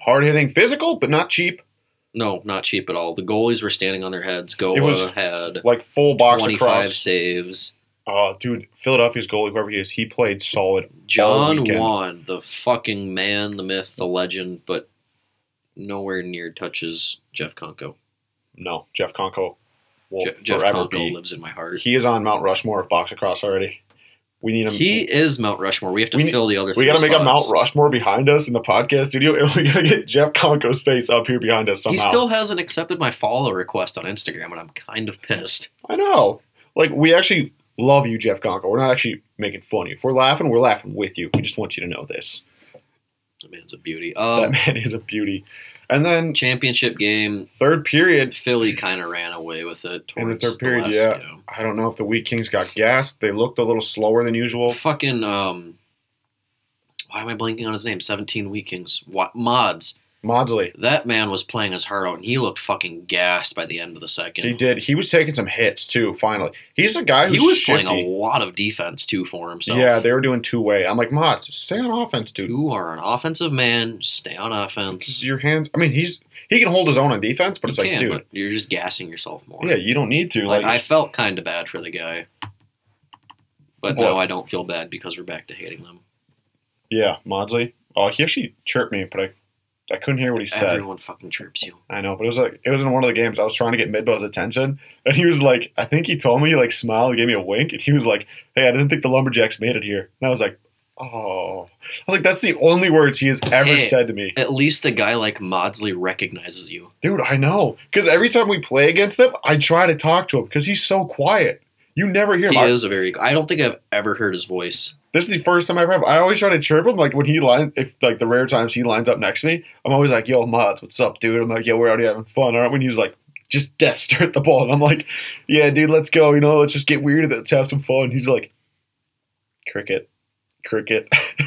Speaker 2: hard hitting, physical, but not cheap.
Speaker 1: No, not cheap at all. The goalies were standing on their heads. Goa
Speaker 2: It was
Speaker 1: had
Speaker 2: Like full box
Speaker 1: 25
Speaker 2: across.
Speaker 1: saves.
Speaker 2: Oh, dude, Philadelphia's goalie, whoever he is, he played solid.
Speaker 1: John
Speaker 2: weekend.
Speaker 1: Wan, the fucking man, the myth, the legend, but nowhere near touches Jeff Conko.
Speaker 2: No, Jeff Conko will
Speaker 1: Je- Jeff
Speaker 2: forever
Speaker 1: Conko
Speaker 2: be.
Speaker 1: lives in my heart.
Speaker 2: He is on Mount Rushmore of box across already. We need him.
Speaker 1: He is Mount Rushmore. We have to
Speaker 2: We need-
Speaker 1: fill the other.
Speaker 2: we
Speaker 1: got to
Speaker 2: make a Mount Rushmore behind us in the podcast studio, and we gotta get Jeff Conko's face up here behind us somehow.
Speaker 1: He still hasn't accepted my follow request on Instagram, and I'm kind of pissed.
Speaker 2: I know. Like we actually love you, Jeff Conko. We're not actually making fun of you. If we're laughing, we're laughing with you. We just want you to know this.
Speaker 1: The man's a beauty.
Speaker 2: that
Speaker 1: Um,
Speaker 2: man is a beauty. And then
Speaker 1: championship game,
Speaker 2: third period,
Speaker 1: Philly kind of ran away with it.
Speaker 2: In the
Speaker 1: Towards
Speaker 2: third period,
Speaker 1: last-
Speaker 2: yeah. I don't know if the Wheat Kings got gassed. They looked a little slower than
Speaker 1: Well,
Speaker 2: usual.
Speaker 1: fucking um, why am I blanking on his name? Seventeen Weekings. What mods?
Speaker 2: Maudsley,
Speaker 1: That man was playing his heart out, and he looked fucking gassed by the end of the second.
Speaker 2: he did. He was taking some hits too. Finally, he's a guy
Speaker 1: He
Speaker 2: who's
Speaker 1: was
Speaker 2: shifty.
Speaker 1: playing a lot of defense too for himself.
Speaker 2: Yeah, they were doing two way. I'm like, Mod, stay on offense, dude.
Speaker 1: you are an offensive man. Stay on offense.
Speaker 2: Your hands. I mean, he's he can hold his own on defense, but
Speaker 1: You
Speaker 2: it's like,
Speaker 1: can,
Speaker 2: dude,
Speaker 1: but you're just gassing yourself more.
Speaker 2: yeah, you don't need to.
Speaker 1: Like,
Speaker 2: Like,
Speaker 1: I felt kind of bad for the guy, but
Speaker 2: Well-
Speaker 1: now I don't feel bad because we're back to hating them.
Speaker 2: yeah, Maudsley. Oh, he actually chirped me, but I I couldn't hear what he said.
Speaker 1: Everyone fucking chirps you.
Speaker 2: I know, but it was like it was in one of the games. I was trying to get Midbo's attention, and he was like, I think he told me he like smiled, gave me a wink, and he was like, Hey, I didn't think the Lumberjacks made it here. And I was like, Oh, I was like, that's the only words he has ever
Speaker 1: Hey.
Speaker 2: said to me,
Speaker 1: At least a guy like Maudsley recognizes you.
Speaker 2: dude. I know, because every time we play against him, I try to talk to him because he's so quiet. You never hear him.
Speaker 1: He
Speaker 2: I-
Speaker 1: is a very. I don't think I've ever heard his voice.
Speaker 2: This is the first time I ever. Have. I always try to chirp him, like when he line, if like the rare times he lines up next to me, I'm always like, "Yo, Mods, what's up, dude?" I'm like, "Yo, we're already having fun, aren't we?" And he's like, "Just death stare at the ball," and I'm like, "Yeah, dude, let's go. You know, let's just get weird. Let's have some fun." He's like, "Cricket, cricket."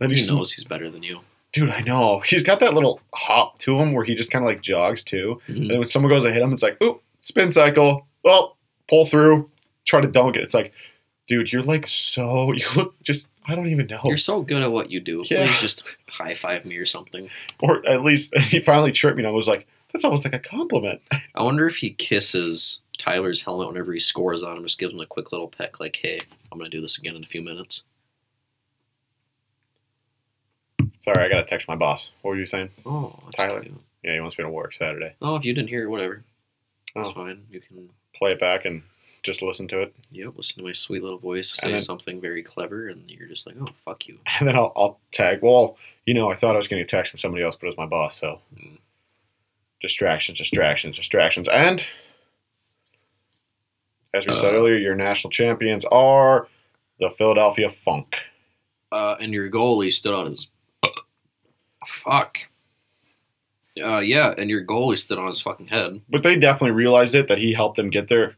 Speaker 2: then
Speaker 1: He
Speaker 2: he's,
Speaker 1: knows he's better than you.
Speaker 2: dude, I know. He's got that little hop to him where he just kind of like jogs too, and then when someone goes to hit him, it's like, "Oop, spin cycle." Well, pull through, try to dunk it. It's like. Dude, you're like so. You look just. I don't even know.
Speaker 1: You're so good at what you do.
Speaker 2: Yeah.
Speaker 1: Please just high five me or something.
Speaker 2: or at least he finally chirped me and I was like, that's almost like a compliment.
Speaker 1: I wonder if he kisses Tyler's helmet whenever he scores on him. Just gives him a quick little peck, like, "Hey, I'm gonna do this again in a few minutes."
Speaker 2: Sorry, I gotta text my boss. What were you saying?
Speaker 1: Oh, that's
Speaker 2: Tyler.
Speaker 1: cute.
Speaker 2: Yeah, he wants me to work Saturday.
Speaker 1: Oh, if you didn't hear it, whatever. That's
Speaker 2: Oh.
Speaker 1: fine. You can
Speaker 2: Play it back and just listen to it.
Speaker 1: Yep, listen to my sweet little voice say
Speaker 2: And then-
Speaker 1: something very clever, and you're just like, oh, fuck you.
Speaker 2: And then I'll, I'll tag. Well, you know, I thought I was getting a text from somebody else, but it was my boss. So
Speaker 1: Mm.
Speaker 2: distractions, distractions, distractions. And as we said
Speaker 1: Uh.
Speaker 2: earlier, your national champions are the Philadelphia Funk.
Speaker 1: Uh, and your goalie stood on his. fuck. Uh, yeah, and your goalie stood on his fucking head.
Speaker 2: But they definitely realized it that he helped them get there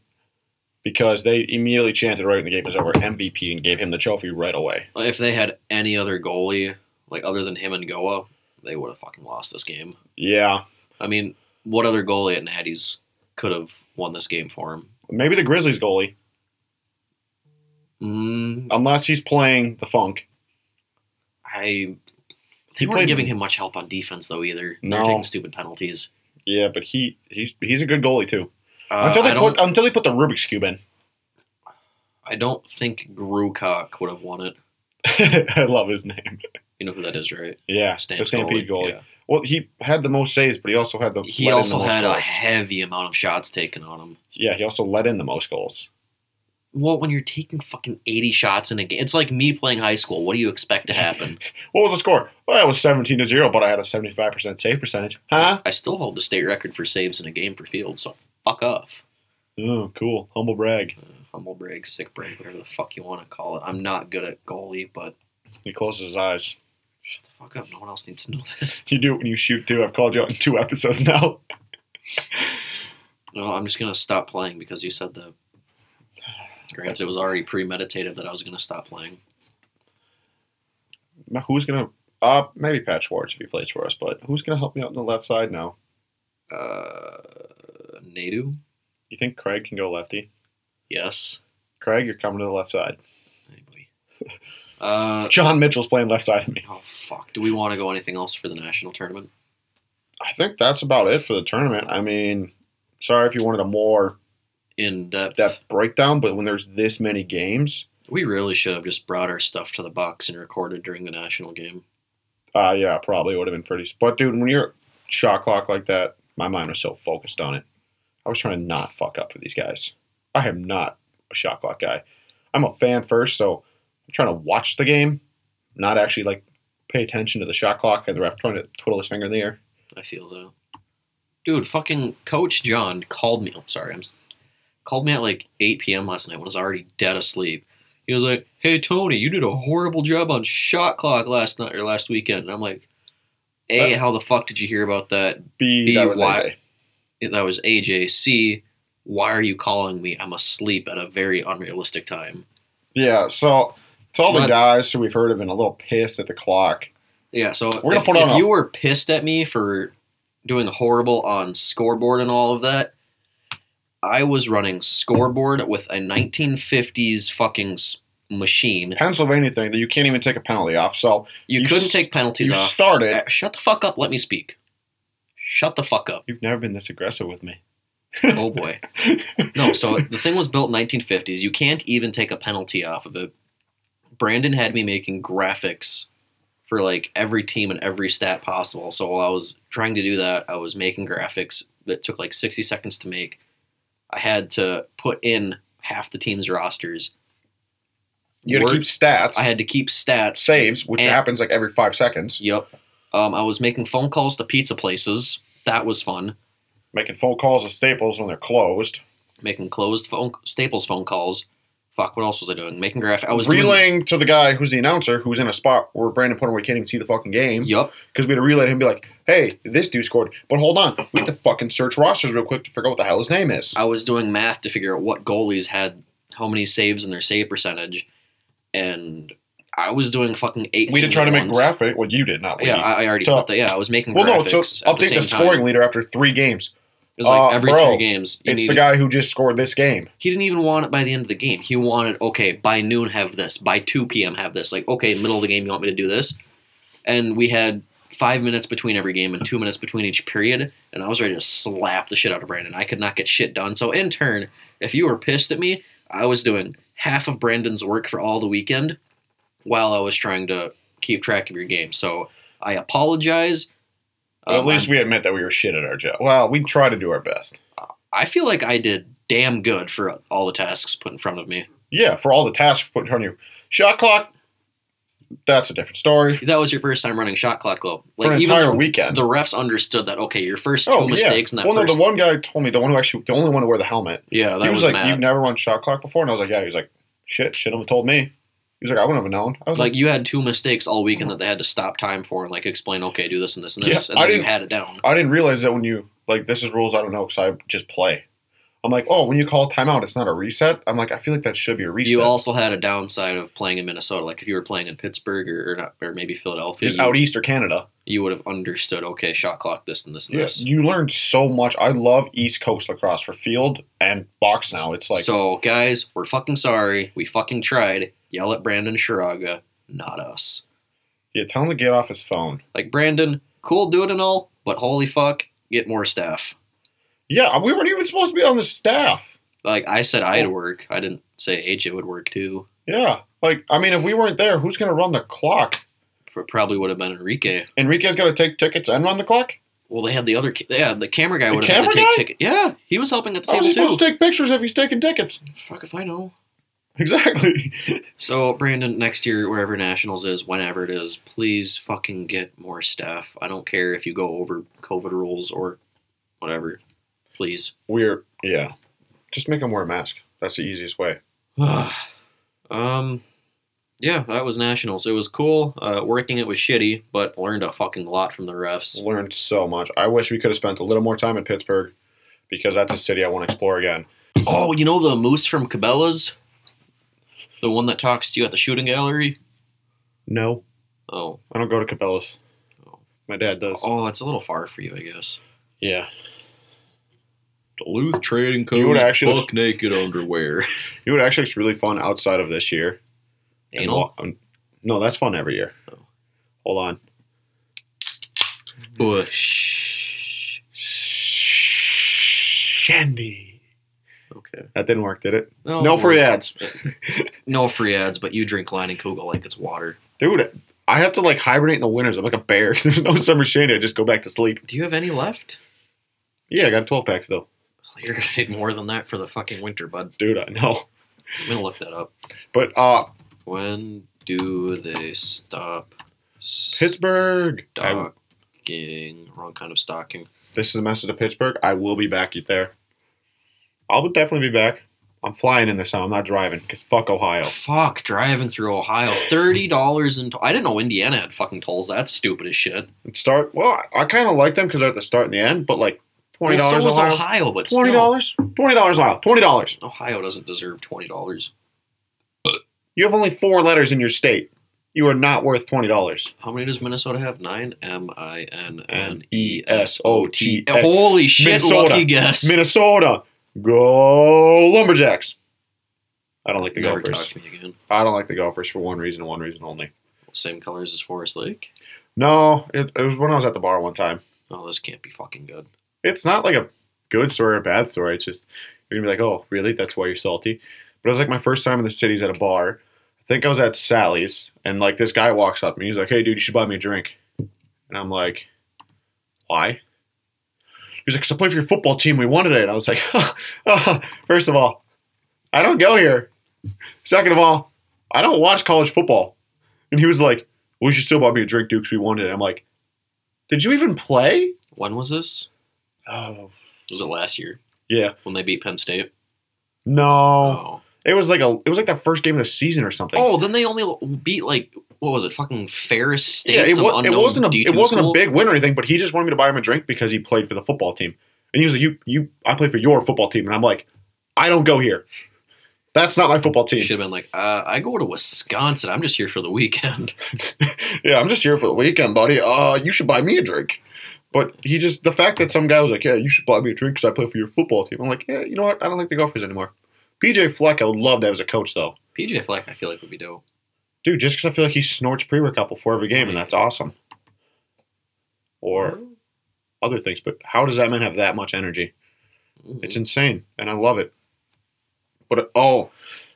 Speaker 2: because they immediately chanted right when the game was over MVP and gave him the trophy right away.
Speaker 1: If they had any other goalie, like other than him and Goa, they would have fucking lost this game.
Speaker 2: Yeah.
Speaker 1: I mean, what other goalie at Natty's could have won this game for him?
Speaker 2: Maybe the Grizzlies goalie,
Speaker 1: Mm,
Speaker 2: unless he's playing the funk.
Speaker 1: I. They
Speaker 2: He
Speaker 1: weren't
Speaker 2: played-
Speaker 1: giving him much help on defense, though, either. They're
Speaker 2: No.
Speaker 1: taking stupid penalties.
Speaker 2: Yeah, but he he's he's a good goalie too.
Speaker 1: Uh,
Speaker 2: until
Speaker 1: I
Speaker 2: they
Speaker 1: don't-
Speaker 2: put until they put the Rubik's cube in.
Speaker 1: I don't think Grucock would have won it.
Speaker 2: I love his name.
Speaker 1: You know who that is, right?
Speaker 2: Yeah, the
Speaker 1: Stamps
Speaker 2: Stampede goalie.
Speaker 1: yeah.
Speaker 2: Well, he had the most saves, but he also had the
Speaker 1: He
Speaker 2: let in
Speaker 1: also
Speaker 2: the most
Speaker 1: had a
Speaker 2: goals.
Speaker 1: heavy amount of shots taken on him.
Speaker 2: yeah. He also let in the most goals.
Speaker 1: Well, when you're taking fucking 80 shots in a game, it's like me playing high school. What do you expect to happen?
Speaker 2: What was the score? Well, it was seventeen to zero, but I had a seventy-five percent save percentage. Huh?
Speaker 1: I still hold the state record for saves in a game for field, so fuck off.
Speaker 2: Oh, cool. Humble brag.
Speaker 1: Uh, humble brag, sick brag, whatever the fuck you want to call it. I'm not good at goalie, but
Speaker 2: He closes his eyes.
Speaker 1: shut the fuck up. No one else needs to know this.
Speaker 2: You do it when you shoot too. I've called you out in two episodes now.
Speaker 1: No, I'm just going to stop playing because you said that. Granted, it was already premeditated that I was going to stop playing.
Speaker 2: Now, Who's gonna? Uh, maybe Pat Schwartz if he plays for us, but who's gonna help me out on the left side now?
Speaker 1: Uh, Nadu?
Speaker 2: You think Craig can go lefty?
Speaker 1: Yes.
Speaker 2: Craig, you're coming to the left side.
Speaker 1: Anybody? Uh,
Speaker 2: John Mitchell's playing left side of me.
Speaker 1: oh fuck. Do we want to go anything else for the national tournament?
Speaker 2: I think that's about it for the tournament. I mean, sorry if you wanted a more
Speaker 1: in depth.
Speaker 2: depth breakdown, but when there's this many games,
Speaker 1: We really should have just brought our stuff to the box and recorded during the national game.
Speaker 2: uh, yeah, probably would have been pretty. But dude, when you're shot clock like that, my mind was so focused on it. I was trying to not fuck up for these guys. I am not a shot clock guy. I'm a fan first, so I'm trying to watch the game, not actually like pay attention to the shot clock and the ref trying to twiddle his finger in the air.
Speaker 1: I feel though. Dude, fucking Coach John called me. I'm sorry, I'm s- called me at like 8 p.m. last night when I was already dead asleep. He was like, "Hey Tony, you did a horrible job on shot clock last night or last weekend." And I'm like, "A,
Speaker 2: Uh,
Speaker 1: how the fuck did you hear about that?
Speaker 2: B,
Speaker 1: B,
Speaker 2: that was
Speaker 1: why-
Speaker 2: AJ.
Speaker 1: That was AJ. C, why are you calling me? I'm asleep at a very unrealistic time."
Speaker 2: Yeah, so to all the
Speaker 1: But-
Speaker 2: guys who we've heard have been a little pissed at the clock.
Speaker 1: Yeah, so
Speaker 2: We're gonna
Speaker 1: if,
Speaker 2: put on
Speaker 1: if
Speaker 2: a-
Speaker 1: you were pissed at me for doing horrible on scoreboard and all of that, I was running scoreboard with a 1950s fucking s- machine.
Speaker 2: Pennsylvania thing that you can't even take a penalty off. So
Speaker 1: You,
Speaker 2: You
Speaker 1: couldn't
Speaker 2: s-
Speaker 1: take penalties
Speaker 2: you
Speaker 1: off.
Speaker 2: started.
Speaker 1: Uh, Shut the fuck up. Let me speak. Shut the fuck up.
Speaker 2: You've never been this aggressive with me.
Speaker 1: Oh boy. No, so the thing was built in 1950s. You can't even take a penalty off of it. Brandon had me making graphics for like every team and every stat possible. So while I was trying to do that, I was making graphics that took like 60 seconds to make. I had to put in half the team's rosters.
Speaker 2: You had to keep
Speaker 1: Words-
Speaker 2: stats,
Speaker 1: I had to keep stats.
Speaker 2: saves, which
Speaker 1: and-
Speaker 2: happens like every five seconds.
Speaker 1: Yep. Um, I was making phone calls to pizza places. That was fun.
Speaker 2: Making phone calls to Staples when they're closed.
Speaker 1: Making closed phone Staples phone calls. Fuck, what else was I doing? Making graphic. I was Doing,
Speaker 2: relaying to the guy who's the announcer who's in a spot where Brandon put him where he can't even see the fucking game.
Speaker 1: yep.
Speaker 2: Because we had to relay to him and be like, hey, this dude scored. But hold on, we have to fucking search rosters real quick to figure out what the hell his name is.
Speaker 1: I was doing math to figure out what goalies had how many saves in their save percentage, and I was doing fucking eight.
Speaker 2: we did
Speaker 1: things
Speaker 2: try to
Speaker 1: at
Speaker 2: make
Speaker 1: once.
Speaker 2: graphic. Well, you did, not we.
Speaker 1: Yeah, I, I already
Speaker 2: So-
Speaker 1: put that. Yeah, I was making
Speaker 2: well, no,
Speaker 1: graphics.
Speaker 2: to
Speaker 1: at the
Speaker 2: update the,
Speaker 1: same
Speaker 2: scoring
Speaker 1: time.
Speaker 2: leader after three games.
Speaker 1: It was like
Speaker 2: Uh,
Speaker 1: every
Speaker 2: bro,
Speaker 1: three games. You
Speaker 2: it's
Speaker 1: needed,
Speaker 2: the guy who just scored this game.
Speaker 1: He didn't even want it by the end of the game. He wanted okay by noon have this, by two p.m. have this. Like okay, middle of the game you want me to do this, and we had five minutes between every game and two minutes between each period, and I was ready to slap the shit out of Brandon. I could not get shit done. So in turn, if you were pissed at me, I was doing half of Brandon's work for all the weekend while I was trying to keep track of your game. So I apologize.
Speaker 2: But at
Speaker 1: Um,
Speaker 2: least we admit that we were shit at our job. Well, we try to do our best.
Speaker 1: I feel like I did damn good for all the tasks put in front of me.
Speaker 2: Yeah, for all the tasks put in front of you. Shot clock, that's a different story.
Speaker 1: That was your first time running shot clock, though.
Speaker 2: for an
Speaker 1: Like even
Speaker 2: entire
Speaker 1: though
Speaker 2: weekend.
Speaker 1: the refs understood that. Okay, your first two
Speaker 2: Oh, yeah.
Speaker 1: mistakes in that
Speaker 2: well, no,
Speaker 1: first.
Speaker 2: the one guy told me, the one who actually, the only one to wear the helmet,
Speaker 1: yeah, that
Speaker 2: he was,
Speaker 1: was,
Speaker 2: like,
Speaker 1: mad.
Speaker 2: You've never run shot clock before? And I was like, Yeah. He was like, Shit, should have told me. He was like, I wouldn't have known. I was like,
Speaker 1: like you had two mistakes all weekend that they had to stop time for and like explain. Okay, do this and this and
Speaker 2: Yeah,
Speaker 1: this, and
Speaker 2: I
Speaker 1: then you
Speaker 2: didn't-
Speaker 1: had it down.
Speaker 2: I didn't realize that when you, like, this is rules I don't know because I just play. I'm like, Oh, when you call timeout, it's not a reset? I'm like, I feel like that should be a reset.
Speaker 1: You also had a downside of playing in Minnesota. Like if you were playing in Pittsburgh or or, not, or maybe Philadelphia,
Speaker 2: just
Speaker 1: you,
Speaker 2: out east or Canada.
Speaker 1: you would have understood. Okay, shot clock this and this and
Speaker 2: Yes.
Speaker 1: this.
Speaker 2: You learn so much. I love East Coast lacrosse for field and box now. It's like,
Speaker 1: so guys, we're fucking sorry. We fucking tried. Yell at Brandon Shiraga, not us.
Speaker 2: yeah, tell him to get off his phone.
Speaker 1: Like Brandon, cool, do it and all, but holy fuck, get more staff.
Speaker 2: Yeah, we weren't even supposed to be on the staff.
Speaker 1: Like I said, I'd work. I didn't say AJ would work too.
Speaker 2: Yeah. Like, I mean, if we weren't there, who's going to run the clock?
Speaker 1: Pr- Probably would have been Enrique.
Speaker 2: Enrique's got to take tickets and run the clock?
Speaker 1: Well, they had the other. ki- Yeah, the camera guy
Speaker 2: The
Speaker 1: would have had to
Speaker 2: camera
Speaker 1: take
Speaker 2: guy?
Speaker 1: ticket. Yeah, he was helping at the
Speaker 2: How was
Speaker 1: table
Speaker 2: he
Speaker 1: too.
Speaker 2: supposed to take pictures if he's taking tickets?
Speaker 1: fuck if I know.
Speaker 2: Exactly.
Speaker 1: So Brandon, next year, wherever nationals is, whenever it is, please fucking get more staff. I don't care if you go over COVID rules or whatever. Please.
Speaker 2: We're, yeah. Just make him wear a mask. That's the easiest way.
Speaker 1: um, yeah, that was nationals. It was cool. Uh, working it was shitty, but learned a fucking lot from the refs.
Speaker 2: Learned so much. I wish we could have spent a little more time in Pittsburgh because that's a city I want to explore again.
Speaker 1: Oh, you know the moose from Cabela's, the one that talks to you at the shooting gallery.
Speaker 2: No,
Speaker 1: Oh,
Speaker 2: I don't go to Cabela's. My dad does.
Speaker 1: oh, it's a little far for you, I guess.
Speaker 2: Yeah.
Speaker 1: Duluth Trading
Speaker 2: You would Co's actually- buck
Speaker 1: naked underwear.
Speaker 2: You know what actually looks really fun outside of this year? And
Speaker 1: Anal
Speaker 2: wa- um, no, Oh. that's fun every year.
Speaker 1: Oh.
Speaker 2: Hold on.
Speaker 1: bush.
Speaker 2: Shandy.
Speaker 1: Okay.
Speaker 2: That didn't work, did it? No free ads.
Speaker 1: No free ads, but you drink Lion and Kugel like it's water.
Speaker 2: Dude, I have to like hibernate in the winters. I'm like a bear. There's no summer shandy. I just go back to sleep.
Speaker 1: Do you have any left?
Speaker 2: Yeah, I got 12 packs though.
Speaker 1: You're gonna need more than that for the fucking winter, bud.
Speaker 2: Dude, I know.
Speaker 1: I'm gonna look that up.
Speaker 2: But uh
Speaker 1: When do they stop stocking?
Speaker 2: Pittsburgh. I-
Speaker 1: Wrong kind of stocking.
Speaker 2: this is a message to Pittsburgh. I will be back you there. I'll definitely be back. I'm flying in this time. I'm not driving because fuck Ohio.
Speaker 1: Fuck, driving through Ohio, thirty dollars in. To- I didn't know Indiana had fucking tolls. That's stupid as shit.
Speaker 2: And start. Well, I- I kind of like them because they're at the start and the end. But like twenty
Speaker 1: Well,
Speaker 2: dollars
Speaker 1: so was
Speaker 2: Ohio.
Speaker 1: Ohio, but
Speaker 2: Twenty
Speaker 1: still,
Speaker 2: dollars. Twenty dollars Ohio. Twenty dollars.
Speaker 1: Ohio doesn't deserve twenty dollars.
Speaker 2: You have only four letters in your state. You are not worth twenty dollars.
Speaker 1: How many does Minnesota have? Nine. M I N N E S O T.
Speaker 2: N-E-S-O-T-S.
Speaker 1: Holy shit!
Speaker 2: E. Minnesota.
Speaker 1: Lucky guess.
Speaker 2: Minnesota, go Lumberjacks. I don't like the
Speaker 1: Never talk
Speaker 2: Gophers.
Speaker 1: to me again.
Speaker 2: I don't like the Gophers for one reason and one reason only.
Speaker 1: Same colors as Forest Lake.
Speaker 2: No, it, it was when I was at the bar one time.
Speaker 1: Oh, this can't be fucking good.
Speaker 2: it's not like a good story or a bad story. It's just you're gonna be like, oh, really? That's why you're salty. But it was like my first time in the cities at a bar. I think I was at Sally's, and like this guy walks up and he's like, hey, dude, you should buy me a drink. And I'm like, why? He was like, 'Cause I play for your football team. We wanted it. And I was like, first of all, I don't go here. Second of all, I don't watch college football. And he was like, well, you should still buy me a drink, dude, 'cause we wanted it. I'm like, did you even play?
Speaker 1: When was this?
Speaker 2: Oh,
Speaker 1: Was it last year
Speaker 2: yeah.
Speaker 1: when they beat Penn State?
Speaker 2: No,
Speaker 1: Oh.
Speaker 2: it was like a it was like the first game of the season or something.
Speaker 1: Oh, then they only beat like what was it? Fucking Ferris State.
Speaker 2: yeah, it,
Speaker 1: some
Speaker 2: was, it
Speaker 1: unknown
Speaker 2: wasn't a
Speaker 1: D2
Speaker 2: it wasn't
Speaker 1: school?
Speaker 2: a big win or anything, but he just wanted me to buy him a drink because he played for the football team, and he was like, "You you, I play for your football team," and I'm like, "I don't go here. That's not my football team.
Speaker 1: Should have been like, uh, I go to Wisconsin. I'm just here for the weekend.
Speaker 2: yeah, I'm just here for the weekend, buddy. Uh, you should buy me a drink." But he just the fact that some guy was like, "Yeah, you should buy me a drink because I play for your football team." I'm like, "Yeah, you know what? I don't like the Gophers anymore." PJ Fleck, I would love that as a coach though,
Speaker 1: PJ Fleck, I feel like would be dope.
Speaker 2: dude. Just because I feel like he snorts pre-workout before every game, and that's awesome. Or other things, but how does that man have that much energy?
Speaker 1: Mhm.
Speaker 2: It's insane, and I love it. But oh,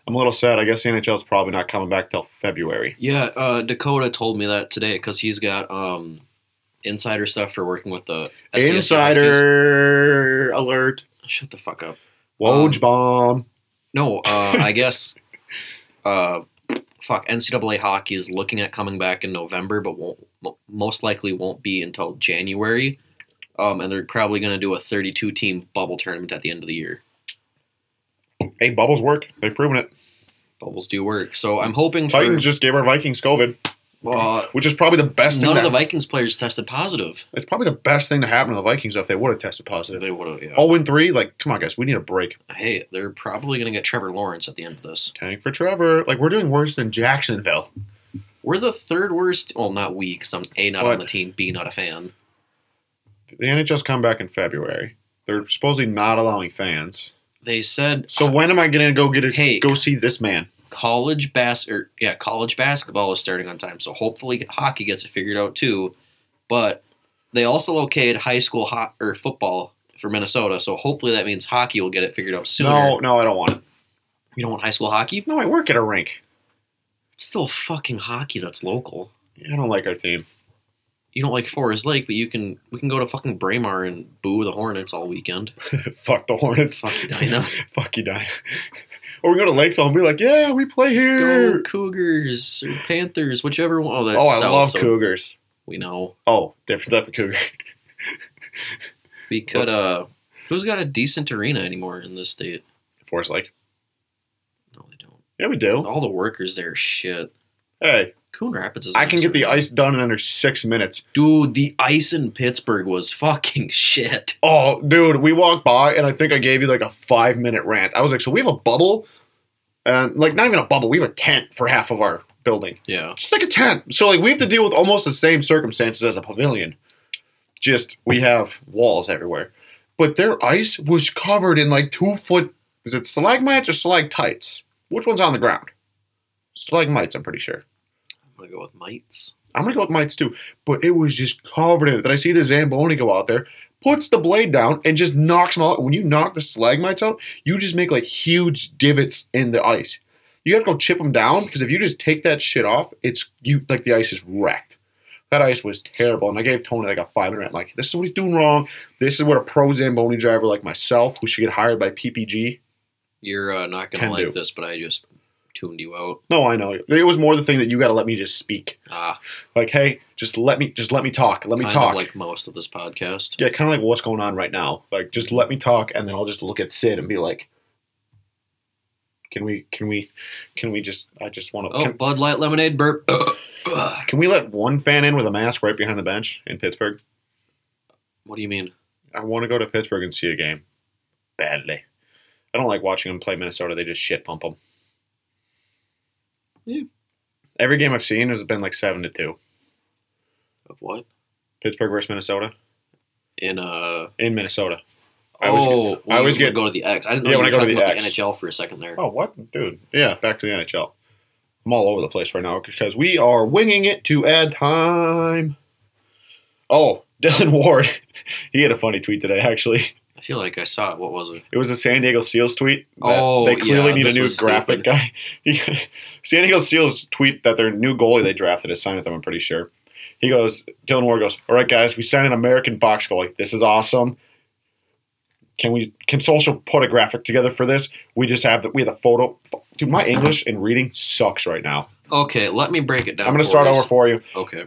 Speaker 2: I'm a little sad. I guess the NHL is probably not coming back till February.
Speaker 1: yeah. Uh, Dakota told me that today because he's got um, insider stuff for working with the E SCS Huskies.
Speaker 2: Insider alert!
Speaker 1: Shut the fuck up.
Speaker 2: Woj
Speaker 1: Um,
Speaker 2: bomb.
Speaker 1: No, uh, I guess. Uh, fuck. NCAA hockey is looking at coming back in November, but won't mo- most likely won't be until January. Um, and they're probably going to do a 32 team bubble tournament at the end of the year.
Speaker 2: Hey, bubbles work. They've proven it.
Speaker 1: Bubbles do work, so I'm hoping
Speaker 2: Titans just gave our Vikings COVID,
Speaker 1: for. Uh,
Speaker 2: which is probably the best thing.
Speaker 1: None of
Speaker 2: That,
Speaker 1: the Vikings players tested positive.
Speaker 2: it's probably the best thing to happen to the Vikings if they would have tested positive.
Speaker 1: They would have. Yeah.
Speaker 2: Oh, win three. Like, come on, guys, we need a break.
Speaker 1: Hey, they're probably going to get Trevor Lawrence at the end of this.
Speaker 2: Tank for Trevor. Like, we're doing worse than Jacksonville.
Speaker 1: We're the third worst. Well, not we, because I'm A, not
Speaker 2: What?
Speaker 1: on the team, B, not a fan.
Speaker 2: The NHL's come back in February. They're supposedly not allowing fans.
Speaker 1: They said
Speaker 2: So when am I gonna go get a
Speaker 1: Uh, Hey.
Speaker 2: go see this man?
Speaker 1: college bas or yeah, college basketball is starting on time, so hopefully hockey gets it figured out too. But they also located high school hot or football for Minnesota, so hopefully that means hockey will get it figured out sooner.
Speaker 2: No, no, I don't want it.
Speaker 1: You don't want high school hockey?
Speaker 2: No, I work at a rink.
Speaker 1: It's still fucking hockey that's local.
Speaker 2: I don't like our team.
Speaker 1: You don't like Forest Lake, but you can we can go to fucking Braemar and boo the Hornets all weekend.
Speaker 2: Fuck the Hornets.
Speaker 1: Fuck you, Dinah.
Speaker 2: Fuck you, Dinah. or we go to Lakeville and be like, yeah, we play
Speaker 1: Go
Speaker 2: here.
Speaker 1: Cougars or Panthers, whichever one. Oh, that's
Speaker 2: Oh, I
Speaker 1: South,
Speaker 2: love
Speaker 1: so
Speaker 2: Cougars.
Speaker 1: We know
Speaker 2: Oh, different type of Cougar.
Speaker 1: we could.
Speaker 2: Whoops.
Speaker 1: uh Who's got a decent arena anymore in this state?
Speaker 2: Forest Lake.
Speaker 1: No, they don't.
Speaker 2: Yeah, we do.
Speaker 1: All the workers there, are shit.
Speaker 2: Hey,
Speaker 1: Coon Rapids is.
Speaker 2: I can
Speaker 1: nice
Speaker 2: get the
Speaker 1: arena.
Speaker 2: ice done in under six minutes.
Speaker 1: Dude, the ice in Pittsburgh was fucking shit.
Speaker 2: Oh, dude, we walked by and I think I gave you like a five minute rant. I was like, so we have a bubble, and like not even a bubble. We have a tent for half of our building.
Speaker 1: Yeah.
Speaker 2: It's like a tent. So like we have to deal with almost the same circumstances as a pavilion. Just we have walls everywhere. But their ice was covered in like two foot is it stalagmites or stalactites? Which one's on the ground? Stalagmites, I'm pretty sure.
Speaker 1: I'm gonna go with mites.
Speaker 2: I'm gonna go with mites too. But it was just covered in it. Then I see the Zamboni go out there, puts the blade down and just knocks them out. When you knock the stalagmites out, you just make like huge divots in the ice. You have to go chip them down because if you just take that shit off, it's you like the ice is wrecked. That ice was terrible, and I gave Tony like a five minute like this is what he's doing wrong. This is what a pro Zamboni driver like myself, who should get hired by PPG.
Speaker 1: You're uh, not gonna
Speaker 2: Can
Speaker 1: like
Speaker 2: do.
Speaker 1: this, but I just tuned you out.
Speaker 2: No, I know it was more the thing that you got to let me just speak.
Speaker 1: Ah,
Speaker 2: Like, hey, just let me, just let me talk. Let me
Speaker 1: kind
Speaker 2: talk.
Speaker 1: of like most of this podcast.
Speaker 2: yeah, kind of like what's going on right now. Like, just let me talk, and then I'll just look at Sid and be like, "Can we? Can we? Can we just? I just want to.
Speaker 1: Oh,
Speaker 2: Can,
Speaker 1: Bud Light lemonade burp. Ugh.
Speaker 2: can we let one fan in with a mask right behind the bench in Pittsburgh?
Speaker 1: what do you mean?
Speaker 2: I want to go to Pittsburgh and see a game badly. I don't like watching them play Minnesota. They just shit pump them.
Speaker 1: Yeah.
Speaker 2: Every game I've seen has been like seven to two.
Speaker 1: Of what?
Speaker 2: Pittsburgh versus Minnesota
Speaker 1: In uh
Speaker 2: in Minnesota. I
Speaker 1: I
Speaker 2: always
Speaker 1: was,
Speaker 2: get-
Speaker 1: oh,
Speaker 2: I always
Speaker 1: going
Speaker 2: get-
Speaker 1: to go to the X. I didn't know
Speaker 2: Yeah,
Speaker 1: you
Speaker 2: when
Speaker 1: were
Speaker 2: I go to
Speaker 1: talking
Speaker 2: the
Speaker 1: about
Speaker 2: X.
Speaker 1: the NHL for a second there.
Speaker 2: Oh, what? Dude. Yeah, back to the NHL. I'm all over the place right now because we are winging it to add time. Oh, Dylan Ward. he had a funny tweet today, actually.
Speaker 1: I feel like I saw it. What was it?
Speaker 2: It was a San Diego Seals tweet. that
Speaker 1: Oh,
Speaker 2: They clearly
Speaker 1: yeah,
Speaker 2: need a
Speaker 1: this
Speaker 2: new
Speaker 1: was
Speaker 2: graphic
Speaker 1: stupid.
Speaker 2: guy. He- San Diego Seals tweet that their new goalie they drafted is signed with them, I'm pretty sure. He goes, Dylan Ward goes, All right, guys, we signed an American box goalie. This is awesome. Can we can social put a graphic together for this? We just have the we have the photo. Dude, my English and reading sucks right now.
Speaker 1: Okay, let me break it down.
Speaker 2: I'm gonna
Speaker 1: for
Speaker 2: start
Speaker 1: us.
Speaker 2: over for you.
Speaker 1: Okay.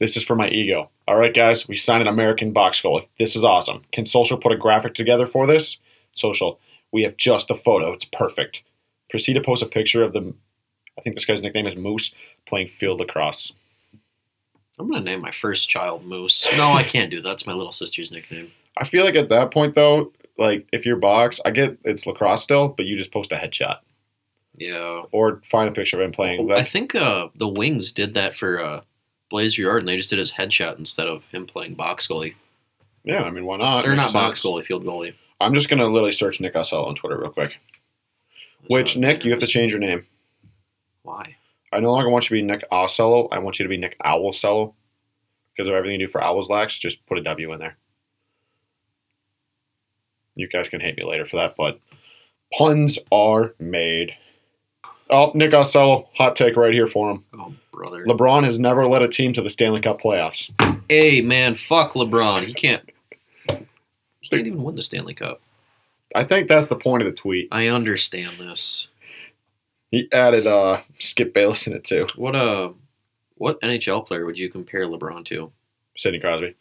Speaker 2: This is for my ego. All right, guys, we signed an American box goalie. This is awesome. Can Social put a graphic together for this? Social, we have just the photo. It's perfect. Proceed to post a picture of the. I think this guy's nickname is Moose playing field lacrosse.
Speaker 1: I'm gonna name my first child Moose. No, I can't do that. That's my little sister's nickname.
Speaker 2: I feel like at that point though, like if you're box, I get it's lacrosse still, but you just post a headshot
Speaker 1: Yeah.
Speaker 2: or find a picture of him playing.
Speaker 1: I
Speaker 2: That,
Speaker 1: think uh, the Wings did that for uh, Blaze Yard, and they just did his headshot instead of him playing box goalie.
Speaker 2: yeah, I mean, why not?
Speaker 1: Or not
Speaker 2: Makes
Speaker 1: box
Speaker 2: sense.
Speaker 1: goalie, field goalie.
Speaker 2: I'm just gonna literally search Nick Ussell on Twitter real quick.
Speaker 1: That's
Speaker 2: Which
Speaker 1: not-
Speaker 2: Nick, you have to change your name.
Speaker 1: Why?
Speaker 2: I no longer want you to be Nick Ocello. I want you to be Nick Owlcello. Because of everything you do for Owls Lax, just put a W in there. You guys can hate me later for that, but puns are made. Oh, Nick Ocello, hot take right here for him.
Speaker 1: Oh, brother.
Speaker 2: LeBron has never led a team to the Stanley Cup playoffs.
Speaker 1: hey, man, fuck LeBron. He can't. He can't even win the Stanley Cup.
Speaker 2: I think that's the point of the tweet.
Speaker 1: I understand this.
Speaker 2: He added uh, Skip Bayless in it too.
Speaker 1: What uh, what NHL player would you compare LeBron to?
Speaker 2: Sidney Crosby.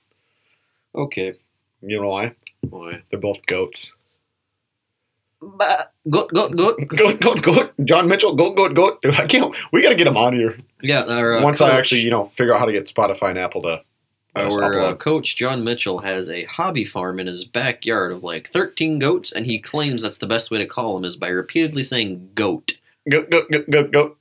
Speaker 1: Okay,
Speaker 2: You know why?
Speaker 1: boy.
Speaker 2: They're both goats.
Speaker 1: But goat, goat, goat.
Speaker 2: Goat, goat, goat. John Mitchell, goat, goat, goat. Dude, I can't. We got to get him on here.
Speaker 1: Yeah, our, uh,
Speaker 2: once
Speaker 1: coach,
Speaker 2: I actually, you know, figure out how to get Spotify and Apple to uh,
Speaker 1: our uh,
Speaker 2: upload.
Speaker 1: coach John Mitchell has a hobby farm in his backyard of like 13 goats, and he claims that's the best way to call them is by repeatedly saying goat.
Speaker 2: go go go go go.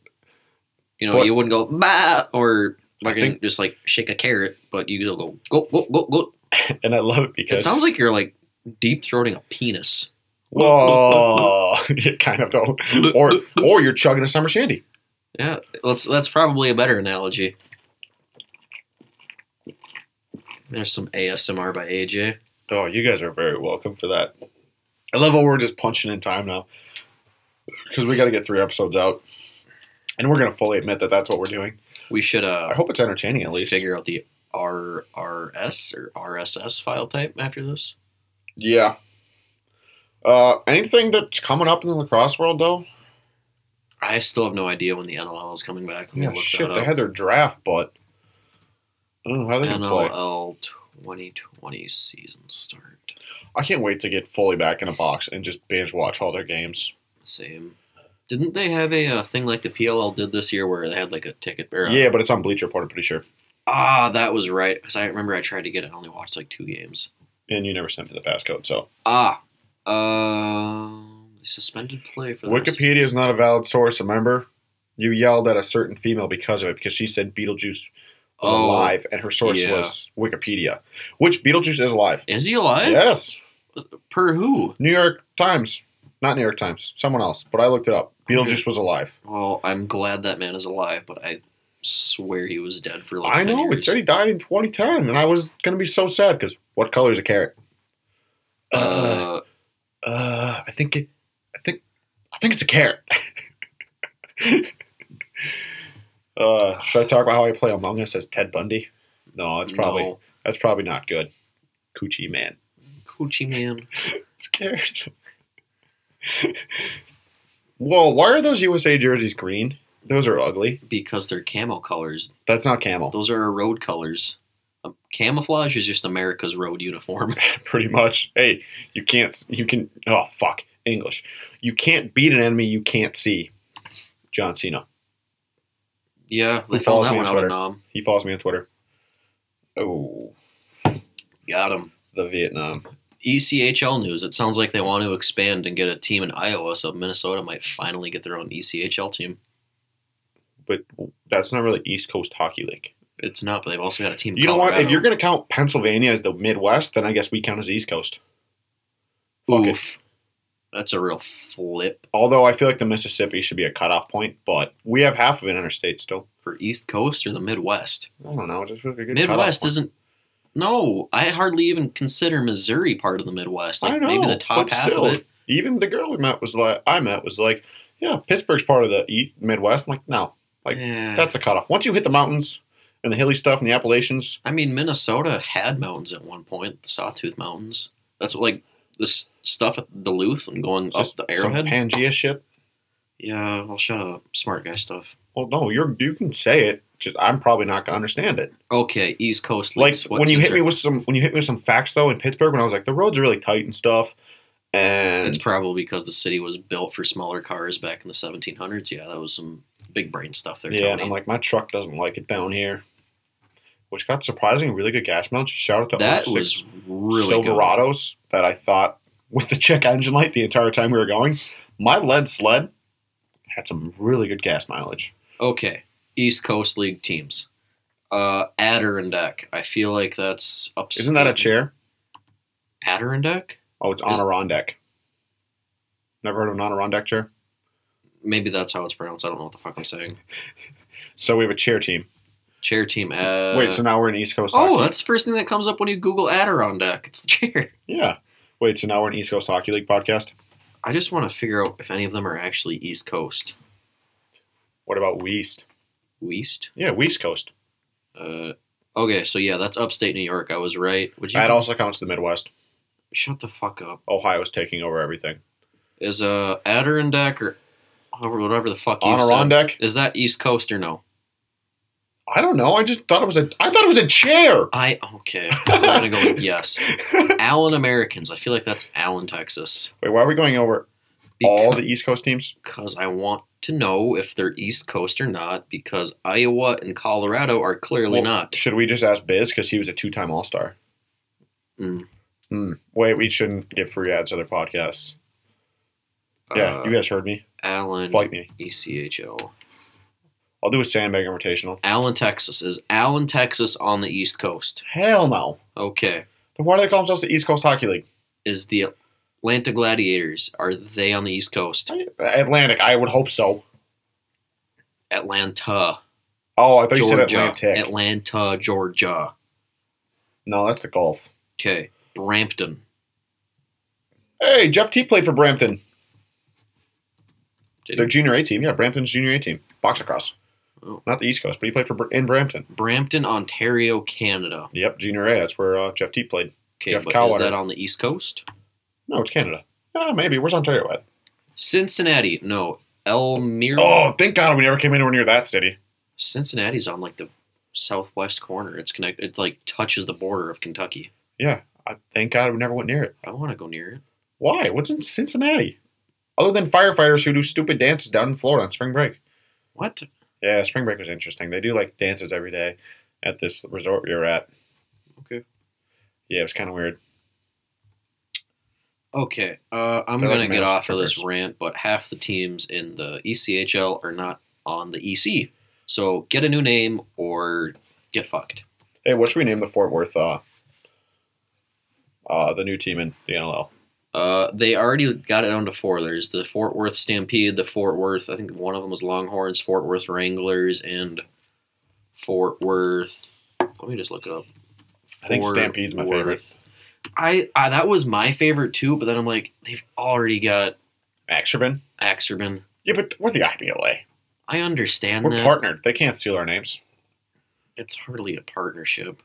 Speaker 1: You know,
Speaker 2: But-
Speaker 1: you wouldn't go bah or
Speaker 2: I
Speaker 1: fucking
Speaker 2: think-
Speaker 1: just like shake a carrot, but you'll go goat, goat, goat, goat.
Speaker 2: And I love it
Speaker 1: It
Speaker 2: because
Speaker 1: sounds like you're like deep throating a penis.
Speaker 2: whoa, Yeah, kind of though. Or or you're chugging a summer shandy.
Speaker 1: Yeah, that's that's probably a better analogy. There's some ASMR by AJ.
Speaker 2: Oh, you guys are very welcome for that. I love how we're just punching in time now because we got to get three episodes out, and we're gonna fully admit that that's what we're doing.
Speaker 1: We should uh,
Speaker 2: I hope it's entertaining at least.
Speaker 1: figure out the RRS or RSS file type after this.
Speaker 2: Yeah. Uh, anything that's coming up in the lacrosse world though?
Speaker 1: I still have no idea when the NLL is coming back. Let me
Speaker 2: Yeah,
Speaker 1: look
Speaker 2: shit.
Speaker 1: that
Speaker 2: They
Speaker 1: up.
Speaker 2: had their draft, but I don't know how they can play.
Speaker 1: NLL 2020 season start.
Speaker 2: I can't wait to get fully back in a box and just binge watch all their games.
Speaker 1: Same. Didn't they have a uh, thing like the PLL did this year where they had like a ticket? Or a-
Speaker 2: Yeah, but it's on Bleacher Report, I'm pretty sure.
Speaker 1: Ah, that was right. Because I remember I tried to get it. I only watched like two games.
Speaker 2: And you never sent me the passcode, so
Speaker 1: Ah. Um. suspended play for the rest-
Speaker 2: Wikipedia is not a valid source. Remember, you yelled at a certain female because of it because she said Beetlejuice was
Speaker 1: Oh,
Speaker 2: alive, and her source
Speaker 1: yeah.
Speaker 2: was Wikipedia, which Beetlejuice is alive.
Speaker 1: Is he alive?
Speaker 2: Yes,
Speaker 1: Per who?
Speaker 2: New York Times, not New York Times, someone else, but I looked it up.
Speaker 1: Okay.
Speaker 2: Beetlejuice was alive.
Speaker 1: Well, I'm glad that man is alive, but I swear he was dead for like
Speaker 2: I
Speaker 1: 10
Speaker 2: know it
Speaker 1: years.
Speaker 2: said he died in 2010, and I was gonna be so sad because what color is a carrot? Uh,
Speaker 1: Uh,
Speaker 2: uh, I think it, I think, I think it's a carrot. uh, should I talk about how I play Among Us as Ted Bundy? No, that's probably
Speaker 1: no.
Speaker 2: that's probably not good. Coochie man,
Speaker 1: Coochie man.
Speaker 2: it's a carrot. Whoa, why are those USA jerseys green? Those are ugly.
Speaker 1: Because they're camo colors.
Speaker 2: That's not camel,
Speaker 1: Those are our road colors. Um, camouflage is just America's road uniform.
Speaker 2: pretty much. Hey, you can't. You can. Oh fuck, English. You can't beat an enemy you can't see. John Cena.
Speaker 1: yeah, they found
Speaker 2: Who follows
Speaker 1: that
Speaker 2: me
Speaker 1: one
Speaker 2: on
Speaker 1: out um, of
Speaker 2: Twitter?
Speaker 1: Nam.
Speaker 2: He follows me on Twitter. Oh,
Speaker 1: Got E him.
Speaker 2: the Vietnam.
Speaker 1: ECHL news. It sounds like they want to expand and get a team in Iowa, so Minnesota might finally get their own E ECHL team.
Speaker 2: But that's not really East Coast Hockey League.
Speaker 1: It's not, but they've also got a team. in
Speaker 2: You know what? If
Speaker 1: Colorado.
Speaker 2: you're going to count Pennsylvania as the Midwest, then I guess we count as East Coast. Fuck it.
Speaker 1: Oof. That's a real flip
Speaker 2: Although I feel like the Mississippi should be a cutoff point, but we have half of it in our state still.
Speaker 1: for East Coast or the Midwest.
Speaker 2: I don't know. It just feels like a good cutoff
Speaker 1: Midwest
Speaker 2: point.
Speaker 1: isn't. No, I hardly even consider Missouri part of the Midwest.
Speaker 2: I
Speaker 1: Like
Speaker 2: know,
Speaker 1: maybe the top
Speaker 2: but
Speaker 1: half
Speaker 2: still.
Speaker 1: of it.
Speaker 2: Even the girl we met was like, I met was like, yeah, Pittsburgh's part of the e- Midwest. I'm like, no, Like,
Speaker 1: yeah.
Speaker 2: that's a cutoff. Once you hit the mountains and the hilly stuff and the Appalachians,
Speaker 1: I mean, Minnesota had mountains at one point, the Sawtooth Mountains. That's like this stuff at Duluth and going
Speaker 2: it's just
Speaker 1: up the
Speaker 2: some
Speaker 1: Arrowhead.
Speaker 2: Pangea shit.
Speaker 1: yeah, well, shut up, smart guy stuff.
Speaker 2: Well, no, you're you can say it. Just I'm probably not gonna understand it.
Speaker 1: Okay, East Coast.
Speaker 2: Like
Speaker 1: leagues, what
Speaker 2: when you
Speaker 1: teams
Speaker 2: hit me
Speaker 1: are-
Speaker 2: with some when you hit me with some facts though in Pittsburgh when I was like the roads are really tight and stuff, and
Speaker 1: it's probably because the city was built for smaller cars back in the 1700s. Yeah, that was some big brain stuff there.
Speaker 2: yeah, and
Speaker 1: Tony.
Speaker 2: I'm like my truck doesn't like it down here, which got surprisingly really good gas mileage. Shout out to
Speaker 1: that
Speaker 2: our six
Speaker 1: was really good.
Speaker 2: Silverados that I thought with the check engine light the entire time we were going. My lead sled had some really good gas mileage.
Speaker 1: Okay, East Coast League teams. Uh, Adirondack. I feel like that's upstate.
Speaker 2: Isn't that a chair?
Speaker 1: Adirondack?
Speaker 2: Oh, it's Adirondack. Never heard of an Adirondack chair?
Speaker 1: Maybe that's how it's pronounced. I don't know what the fuck I'm saying.
Speaker 2: So we have a chair team.
Speaker 1: Chair team. Uh,
Speaker 2: Wait, so now we're in East Coast.
Speaker 1: oh,
Speaker 2: hockey.
Speaker 1: that's the first thing that comes up when you Google Adirondack. It's the chair.
Speaker 2: yeah. Wait, so now we're an East Coast Hockey League podcast.
Speaker 1: I just want to figure out if any of them are actually East Coast.
Speaker 2: What about Weast?
Speaker 1: East?
Speaker 2: Yeah, Weast Coast.
Speaker 1: Uh, okay, so yeah, that's upstate New York. I was right. Would you
Speaker 2: That also counts the Midwest.
Speaker 1: shut the fuck up?
Speaker 2: Ohio's taking over everything.
Speaker 1: Is uh Adirondack or however whatever the fuck you said?
Speaker 2: Adirondack?
Speaker 1: Is that East Coast or no?
Speaker 2: I don't know. I just thought it was a. I thought it was a chair.
Speaker 1: I okay. I'm gonna go with yes. Allen Americans. I feel like that's Allen, Texas.
Speaker 2: Wait, why are we going over all the East Coast teams?
Speaker 1: because I want to know if they're East Coast or not, because Iowa and Colorado are clearly
Speaker 2: Well,
Speaker 1: not.
Speaker 2: Should we just ask Biz because he was a two-time All Star?
Speaker 1: Mm.
Speaker 2: Wait, we shouldn't give free ads to other podcasts. Yeah,
Speaker 1: Uh,
Speaker 2: you guys heard me.
Speaker 1: Allen, E
Speaker 2: Fight me.
Speaker 1: ECHO.
Speaker 2: I'll do a sandbagging rotational.
Speaker 1: Allen, Texas. Is Allen, Texas on the East Coast?
Speaker 2: Hell no.
Speaker 1: Okay.
Speaker 2: Then why do they call themselves the East Coast Hockey League?
Speaker 1: Is the Atlanta Gladiators, are they on the East Coast?
Speaker 2: Atlantic. I would hope so.
Speaker 1: Atlanta,
Speaker 2: Oh, I thought you said
Speaker 1: Georgia.
Speaker 2: Atlantic.
Speaker 1: Atlanta, Georgia.
Speaker 2: no, that's the Gulf.
Speaker 1: Okay. Brampton.
Speaker 2: Hey, Jeff T played for Brampton.
Speaker 1: Did
Speaker 2: Their
Speaker 1: he?
Speaker 2: junior A team. Yeah, Brampton's junior A team. Box across.
Speaker 1: Oh.
Speaker 2: Not the East Coast, but he played for Br- in Brampton.
Speaker 1: Brampton, Ontario, Canada.
Speaker 2: Yep, junior A. That's where uh, Jeff T played.
Speaker 1: Okay,
Speaker 2: Jeff
Speaker 1: but is
Speaker 2: Cowater.
Speaker 1: that on the East Coast?
Speaker 2: No, it's Canada. Ah, maybe. Where's Ontario at?
Speaker 1: Cincinnati. No. Elmira.
Speaker 2: Oh, thank God we never came anywhere near that city.
Speaker 1: Cincinnati's on like the southwest corner. It's connected. It like touches the border of Kentucky.
Speaker 2: Yeah, I, thank God we never went near it.
Speaker 1: I don't want to go near it.
Speaker 2: Why? What's in Cincinnati? Other than firefighters who do stupid dances down in Florida on spring break.
Speaker 1: What?
Speaker 2: Yeah, spring break was interesting. They do like dances every day at this resort we were at.
Speaker 1: Okay.
Speaker 2: Yeah, it was kind of weird.
Speaker 1: Okay. Uh, I'm
Speaker 2: They're
Speaker 1: gonna
Speaker 2: like
Speaker 1: get
Speaker 2: mass
Speaker 1: off of this
Speaker 2: trippers.
Speaker 1: rant, but half the teams in the E ECHL are not on the EC. So get a new name or get fucked.
Speaker 2: Hey, what should we name the Fort Worth uh uh the new team in the NLL?
Speaker 1: Uh, they already got it down to four. There's the Fort Worth Stampede, the Fort Worth. I think one of them was Longhorns, Fort Worth Wranglers, and Fort Worth. Let me just look it up.
Speaker 2: I think
Speaker 1: Fort
Speaker 2: Stampede's my
Speaker 1: Worth.
Speaker 2: favorite.
Speaker 1: I, I that was my favorite too, but then I'm like, they've already got
Speaker 2: Axerman.
Speaker 1: Axerman.
Speaker 2: Yeah, but we're the IBLA.
Speaker 1: I understand
Speaker 2: We're
Speaker 1: that.
Speaker 2: partnered. They can't steal our names.
Speaker 1: it's hardly a partnership.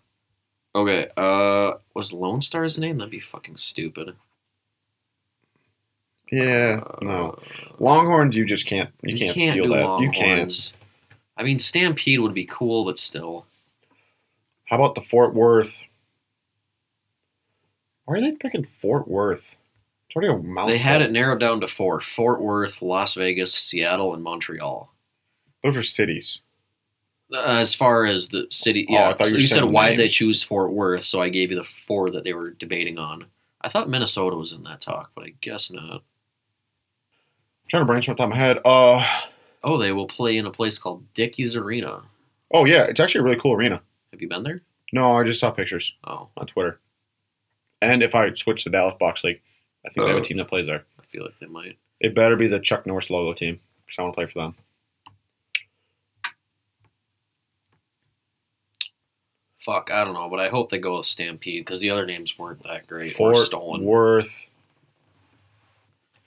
Speaker 1: Okay, uh, was Lone Star's name? That'd be fucking stupid.
Speaker 2: Yeah.
Speaker 1: Uh,
Speaker 2: No. Longhorns, you just can't. You, can't, steal
Speaker 1: do
Speaker 2: that. You can't.
Speaker 1: Longhorns. I mean, Stampede would be cool, but still,
Speaker 2: How about the Fort Worth? Why are they picking Fort Worth? It's already a mountain.
Speaker 1: they had it narrowed down to four: Fort Worth, Las Vegas, Seattle, and Montreal.
Speaker 2: Those are cities.
Speaker 1: Uh, as far as the city,
Speaker 2: Oh, I
Speaker 1: yeah.
Speaker 2: thought you
Speaker 1: so
Speaker 2: were
Speaker 1: you said
Speaker 2: saying
Speaker 1: why they
Speaker 2: names.
Speaker 1: choose Fort Worth, so I gave you the four that they were debating on. I thought Minnesota was in that talk, but I guess not.
Speaker 2: I'm trying to brainstorm off the top of my head. Uh,
Speaker 1: Oh, they will play in a place called Dickey's Arena.
Speaker 2: oh yeah, it's actually a really cool arena.
Speaker 1: Have you been there?
Speaker 2: No, I just saw pictures
Speaker 1: Oh,
Speaker 2: on Twitter. And if I switch to Dallas Box League, I think they have
Speaker 1: Oh.
Speaker 2: a team that plays there.
Speaker 1: I feel like they might.
Speaker 2: It better be the Chuck Norris logo team because I want to play for them.
Speaker 1: Fuck, I don't know, but I hope they go with Stampede because the other names weren't that great or
Speaker 2: Fort
Speaker 1: stolen.
Speaker 2: Worth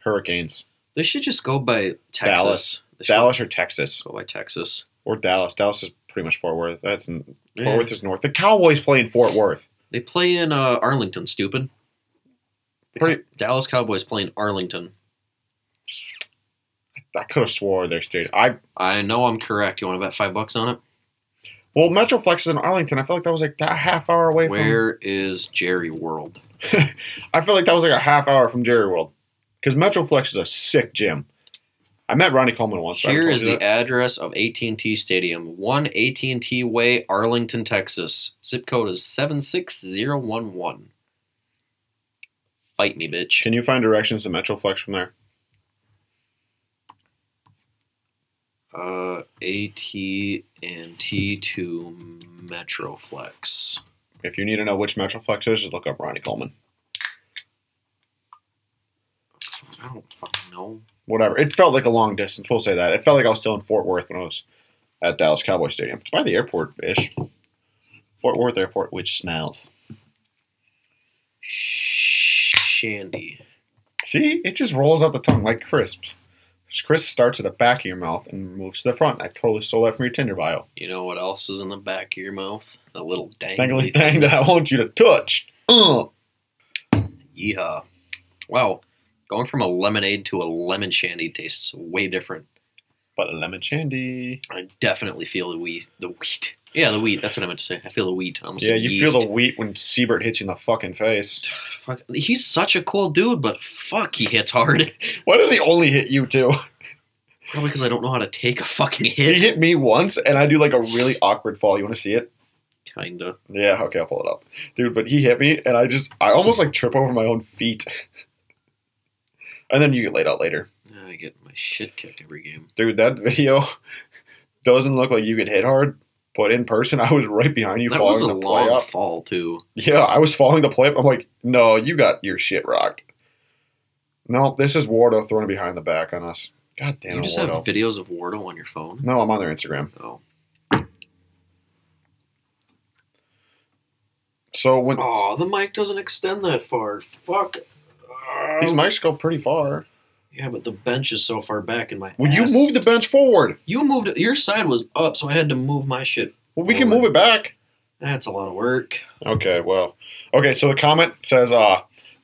Speaker 2: Hurricanes,
Speaker 1: They should just go by Texas.
Speaker 2: Dallas.
Speaker 1: They should
Speaker 2: Dallas or Texas
Speaker 1: just go by Texas.
Speaker 2: or Dallas. Dallas is pretty much Fort Worth. That's Fort
Speaker 1: Yeah.
Speaker 2: Worth is north. The Cowboys play in Fort Worth.
Speaker 1: They play in uh, Arlington. Stupid. The
Speaker 2: Pretty-
Speaker 1: Cow- Dallas Cowboys play in Arlington.
Speaker 2: I could have swore their state. I
Speaker 1: I know I'm correct. You want to bet five bucks on it?
Speaker 2: well, Metroplex is in Arlington. I feel like that was like that half hour away
Speaker 1: Where is Jerry World?
Speaker 2: from. I feel like that was like a half hour from Jerry World because Metroplex is a sick gym. I met Ronnie Coleman once. so I haven't
Speaker 1: Here
Speaker 2: told
Speaker 1: is
Speaker 2: you
Speaker 1: the
Speaker 2: that.
Speaker 1: address of AT&T Stadium, one AT&T Way, Arlington, Texas. Zip code is seven six zero one one. Fight me, bitch.
Speaker 2: Can you find directions to Metroplex from there?
Speaker 1: Uh, AT and T to Metroflex.
Speaker 2: If you need to know which Metroplex is, just look up Ronnie Coleman.
Speaker 1: I don't fucking know.
Speaker 2: Whatever. It felt like a long distance. We'll say that. It felt like I was still in Fort Worth when I was at Dallas Cowboy Stadium. It's by the airport ish. Fort Worth Airport, which smells.
Speaker 1: Shandy.
Speaker 2: See, it just rolls out the tongue like crisps. Crisp starts at the back of your mouth and moves to the front. I totally stole that from your Tinder bio.
Speaker 1: You know what else is in the back of your mouth? The little dangly
Speaker 2: Dangly
Speaker 1: thing.
Speaker 2: thing that I want you to touch. Uh, Ugh.
Speaker 1: Yeehaw. Wow. Going from a lemonade to a lemon shandy tastes way different.
Speaker 2: But a lemon shandy.
Speaker 1: I definitely feel the wheat. The wheat. Yeah, the wheat. That's what I meant to say. I feel the wheat. I almost
Speaker 2: Yeah,
Speaker 1: said
Speaker 2: you
Speaker 1: yeast.
Speaker 2: feel the wheat when Siebert hits you in the fucking face.
Speaker 1: Fuck. He's such a cool dude, but fuck, he hits hard.
Speaker 2: Why does he only hit you too?
Speaker 1: Probably because I don't know how to take a fucking
Speaker 2: He
Speaker 1: hit.
Speaker 2: hit me once, and I do like a really awkward fall. You want to see it?
Speaker 1: Kinda.
Speaker 2: Yeah, okay, I'll pull it up, dude. But he hit me, and I just, I almost like trip over my own feet. and then you get laid out later,
Speaker 1: I get my shit kicked every game.
Speaker 2: dude. That video doesn't look like you get hit hard, but in person, I was right behind you
Speaker 1: that was
Speaker 2: following
Speaker 1: a
Speaker 2: the play
Speaker 1: long
Speaker 2: up.
Speaker 1: fall too.
Speaker 2: Yeah, I was following the play up. I'm like, no, you got your shit rocked. No, this is Wardo throwing it behind the back on us. God damn
Speaker 1: you
Speaker 2: it,
Speaker 1: just
Speaker 2: Wardo.
Speaker 1: have videos of Wardo on your phone.
Speaker 2: no, I'm on their Instagram.
Speaker 1: Oh,
Speaker 2: So when
Speaker 1: oh, the mic doesn't extend that far. Fuck. Oh.
Speaker 2: these mics go pretty far,
Speaker 1: Yeah, but the bench is so far back in my.
Speaker 2: when you
Speaker 1: ass.
Speaker 2: move the bench forward,
Speaker 1: You moved. Your side was up, so I had to move my shit.
Speaker 2: well, we can
Speaker 1: Forward.
Speaker 2: move it back.
Speaker 1: That's a lot of work.
Speaker 2: Okay, well, okay. So the comment says, "Uh,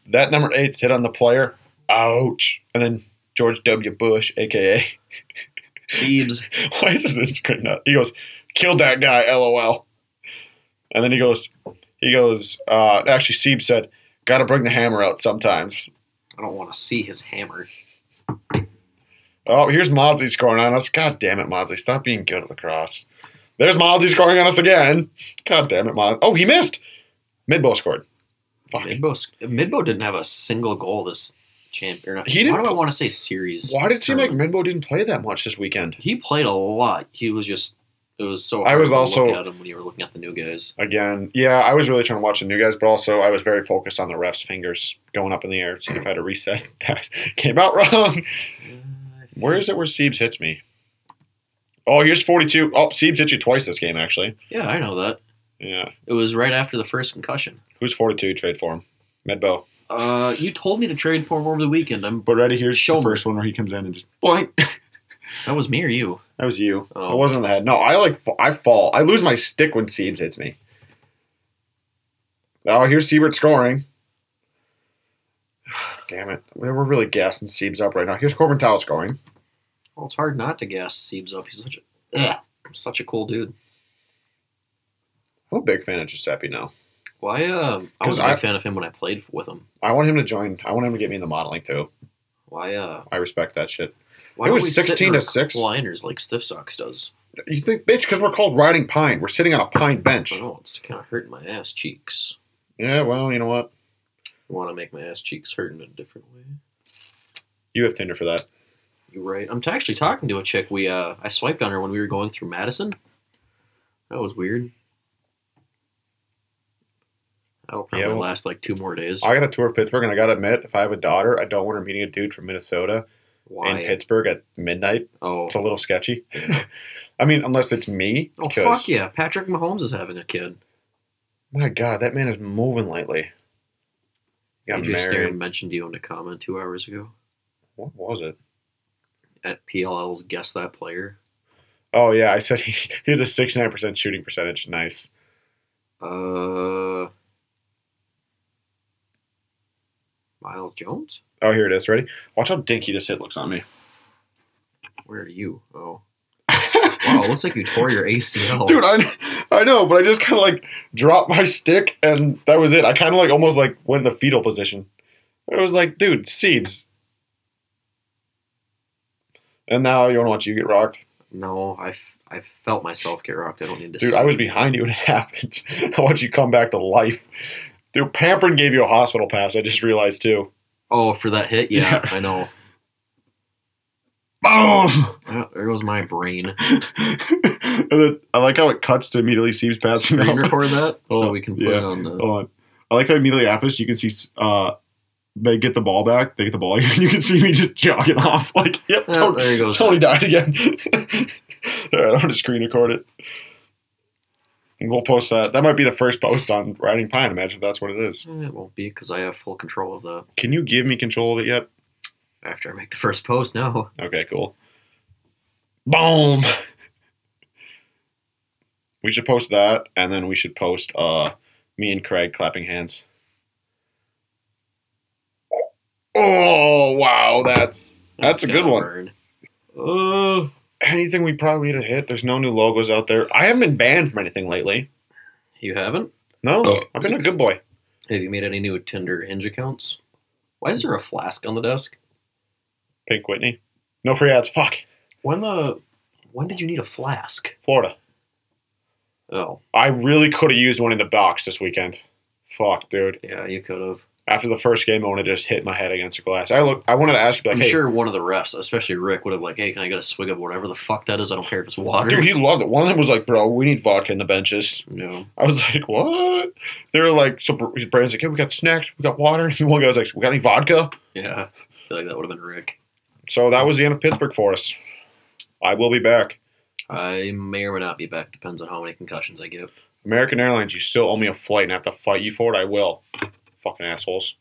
Speaker 2: that number eight's hit on the player. Ouch!" And then George W. Bush, aka,
Speaker 1: Siebes.
Speaker 2: why is this Instagram nut? He goes, "Killed that guy." LOL. And then he goes, he goes. Uh, actually, Sieb said, "Got to bring the hammer out sometimes."
Speaker 1: I don't want to see his hammer.
Speaker 2: Oh, here's Modsley scoring on us. God damn it, Modsley, stop being good at lacrosse. There's Modsley scoring on us again. God damn it, Mod. Oh, he missed. Midbow scored. Fuck.
Speaker 1: Midbo, Midbo didn't have a single goal this champ. Or not.
Speaker 2: He didn't
Speaker 1: Why do I
Speaker 2: pl-
Speaker 1: want to say series?
Speaker 2: Why did it seem like
Speaker 1: tournament?
Speaker 2: Midbow didn't play that much this weekend?
Speaker 1: he played a lot? He was just. It was so.
Speaker 2: I
Speaker 1: hard
Speaker 2: was
Speaker 1: to
Speaker 2: also-
Speaker 1: look at him when you were looking at the new guys.
Speaker 2: again. Yeah, I was really trying to watch the new guys, but also I was very focused on the ref's fingers going up in the air. So if I had to reset, Uh, that came out wrong. Where is it where Siebes hits me? Oh, here's 42. Oh, Siebes hit you twice this game, actually.
Speaker 1: Yeah, I know that.
Speaker 2: Yeah.
Speaker 1: It was right after the first concussion.
Speaker 2: Who's 42? Trade for him. Medbo.
Speaker 1: Uh, you told me to trade for him over the weekend. I'm.
Speaker 2: But ready here's
Speaker 1: Show
Speaker 2: the
Speaker 1: me.
Speaker 2: first one where he comes in and just blank.
Speaker 1: That was me or you.
Speaker 2: That was you.
Speaker 1: Oh.
Speaker 2: I wasn't on the head. No, I like fa- I fall. I lose my stick when Siebes hits me. Oh, here's Siebert scoring. Damn it. We're we're really gassing Siebes up right now. Here's Corbin Towel scoring.
Speaker 1: Well, it's hard not to gas Siebes up. He's such a. Ugh, such a cool dude.
Speaker 2: I'm a big fan of Giuseppe now.
Speaker 1: Why? Um, I was a
Speaker 2: 'Cause
Speaker 1: big
Speaker 2: I-
Speaker 1: fan of him when I played with him.
Speaker 2: I want him to join. I want him to get me in the modeling too.
Speaker 1: Why? Uh,
Speaker 2: I respect that shit.
Speaker 1: why
Speaker 2: It
Speaker 1: don't
Speaker 2: was
Speaker 1: we sit in
Speaker 2: 16 to
Speaker 1: our
Speaker 2: 6.
Speaker 1: Liners like Stiff Socks does.
Speaker 2: You think, bitch, because we're called riding pine. We're sitting on a pine
Speaker 1: I
Speaker 2: bench.
Speaker 1: don't know. It's kind of hurting my ass cheeks.
Speaker 2: Yeah, well, you know what?
Speaker 1: I want to make my ass cheeks hurt in a different way.
Speaker 2: You have Tinder for that.
Speaker 1: You're right. I'm t- actually talking to a chick. We uh, I swiped on her when we were going through Madison. That was weird. That'll probably
Speaker 2: Yeah, well-
Speaker 1: last like two more days.
Speaker 2: I got a tour of Pittsburgh, and I gotta admit, if I have a daughter, I don't want her meeting a dude from Minnesota in
Speaker 1: Why?
Speaker 2: Pittsburgh at midnight.
Speaker 1: oh,
Speaker 2: It's a little sketchy. I mean, unless it's me.
Speaker 1: oh,
Speaker 2: because-
Speaker 1: fuck yeah! Patrick Mahomes is having a kid.
Speaker 2: My God, that man is moving lately. He Got
Speaker 1: AJ Staring
Speaker 2: married.
Speaker 1: mentioned you in a comment two hours ago
Speaker 2: What was it?
Speaker 1: at PLL's guess that player.
Speaker 2: Oh yeah, I said he, he has a sixty nine percent shooting percentage. Nice.
Speaker 1: Uh, Miles Jones.
Speaker 2: Oh, here it is. Ready? Watch how dinky this hit looks on me.
Speaker 1: Where are you? Oh, wow! It looks like you tore your ACL.
Speaker 2: Dude, I, I know, but I just kind of like dropped my stick, and that was it. I kind of like almost like went in the fetal position. It was like, dude, seeds. And now you want to watch you get rocked,
Speaker 1: No, I, f- I felt myself get rocked. I don't need to.
Speaker 2: dude.
Speaker 1: see
Speaker 2: I was
Speaker 1: it.
Speaker 2: behind you when it happened. I watched you come back to life, dude. Pamperin gave you a hospital pass. I just realized too.
Speaker 1: Oh, for that hit, yeah, I know.
Speaker 2: Boom!
Speaker 1: Uh, There goes my brain.
Speaker 2: and then I like how it cuts to immediately Seeps passing
Speaker 1: Screen
Speaker 2: out.
Speaker 1: record that so
Speaker 2: Oh,
Speaker 1: we can put
Speaker 2: yeah.
Speaker 1: it on the.
Speaker 2: Hold on. I like how immediately after this, you can see uh, they get the ball back. They get the ball, and you can see me just jogging off. Like, yep,
Speaker 1: Oh,
Speaker 2: Tony,
Speaker 1: there he goes.
Speaker 2: Tony died again. All right, I'm gonna screen record it. And we'll post that. That might be the first post on Riding Pine. Imagine if that's what it is.
Speaker 1: Eh, It won't be because I have full control of that
Speaker 2: Can you give me control of it yet?
Speaker 1: after I make the first post. No,
Speaker 2: Okay, cool. Boom. We should post that, and then we should post uh, me and Craig clapping hands. Oh wow, that's That's a good one.
Speaker 1: Burn. Uh,
Speaker 2: anything we probably need to hit. There's no new logos out there. I haven't been banned from anything lately.
Speaker 1: you haven't?
Speaker 2: No, I've been a good boy.
Speaker 1: Have you made any new Tinder Hinge accounts? Why is there a flask on the desk?
Speaker 2: Pink Whitney. No free ads. Fuck
Speaker 1: When the when did you need a flask?
Speaker 2: Florida.
Speaker 1: Oh,
Speaker 2: I really could have used one in the box this weekend. Fuck, dude.
Speaker 1: yeah, you could have.
Speaker 2: After the first game, I would have just hit my head against the glass. I look. I wanted to ask you, like,
Speaker 1: I'm
Speaker 2: hey,
Speaker 1: sure one of the refs, especially Rick, would have like, "Hey, can I get a swig of whatever the fuck that is? I don't care if it's water."
Speaker 2: Dude, he loved it. One of them was like, bro, we need vodka in the benches.
Speaker 1: No.
Speaker 2: I was like, what? They were like, so Br- Brandon's like, hey, we got snacks, we got water. And one guy was like, we got any vodka?
Speaker 1: Yeah. I feel like that would have been Rick.
Speaker 2: So that was the end of Pittsburgh for us. I will be back.
Speaker 1: I may or may not be back. Depends on how many concussions I get.
Speaker 2: American Airlines, you still owe me a flight and I have to fight you for it. I will. Fucking assholes.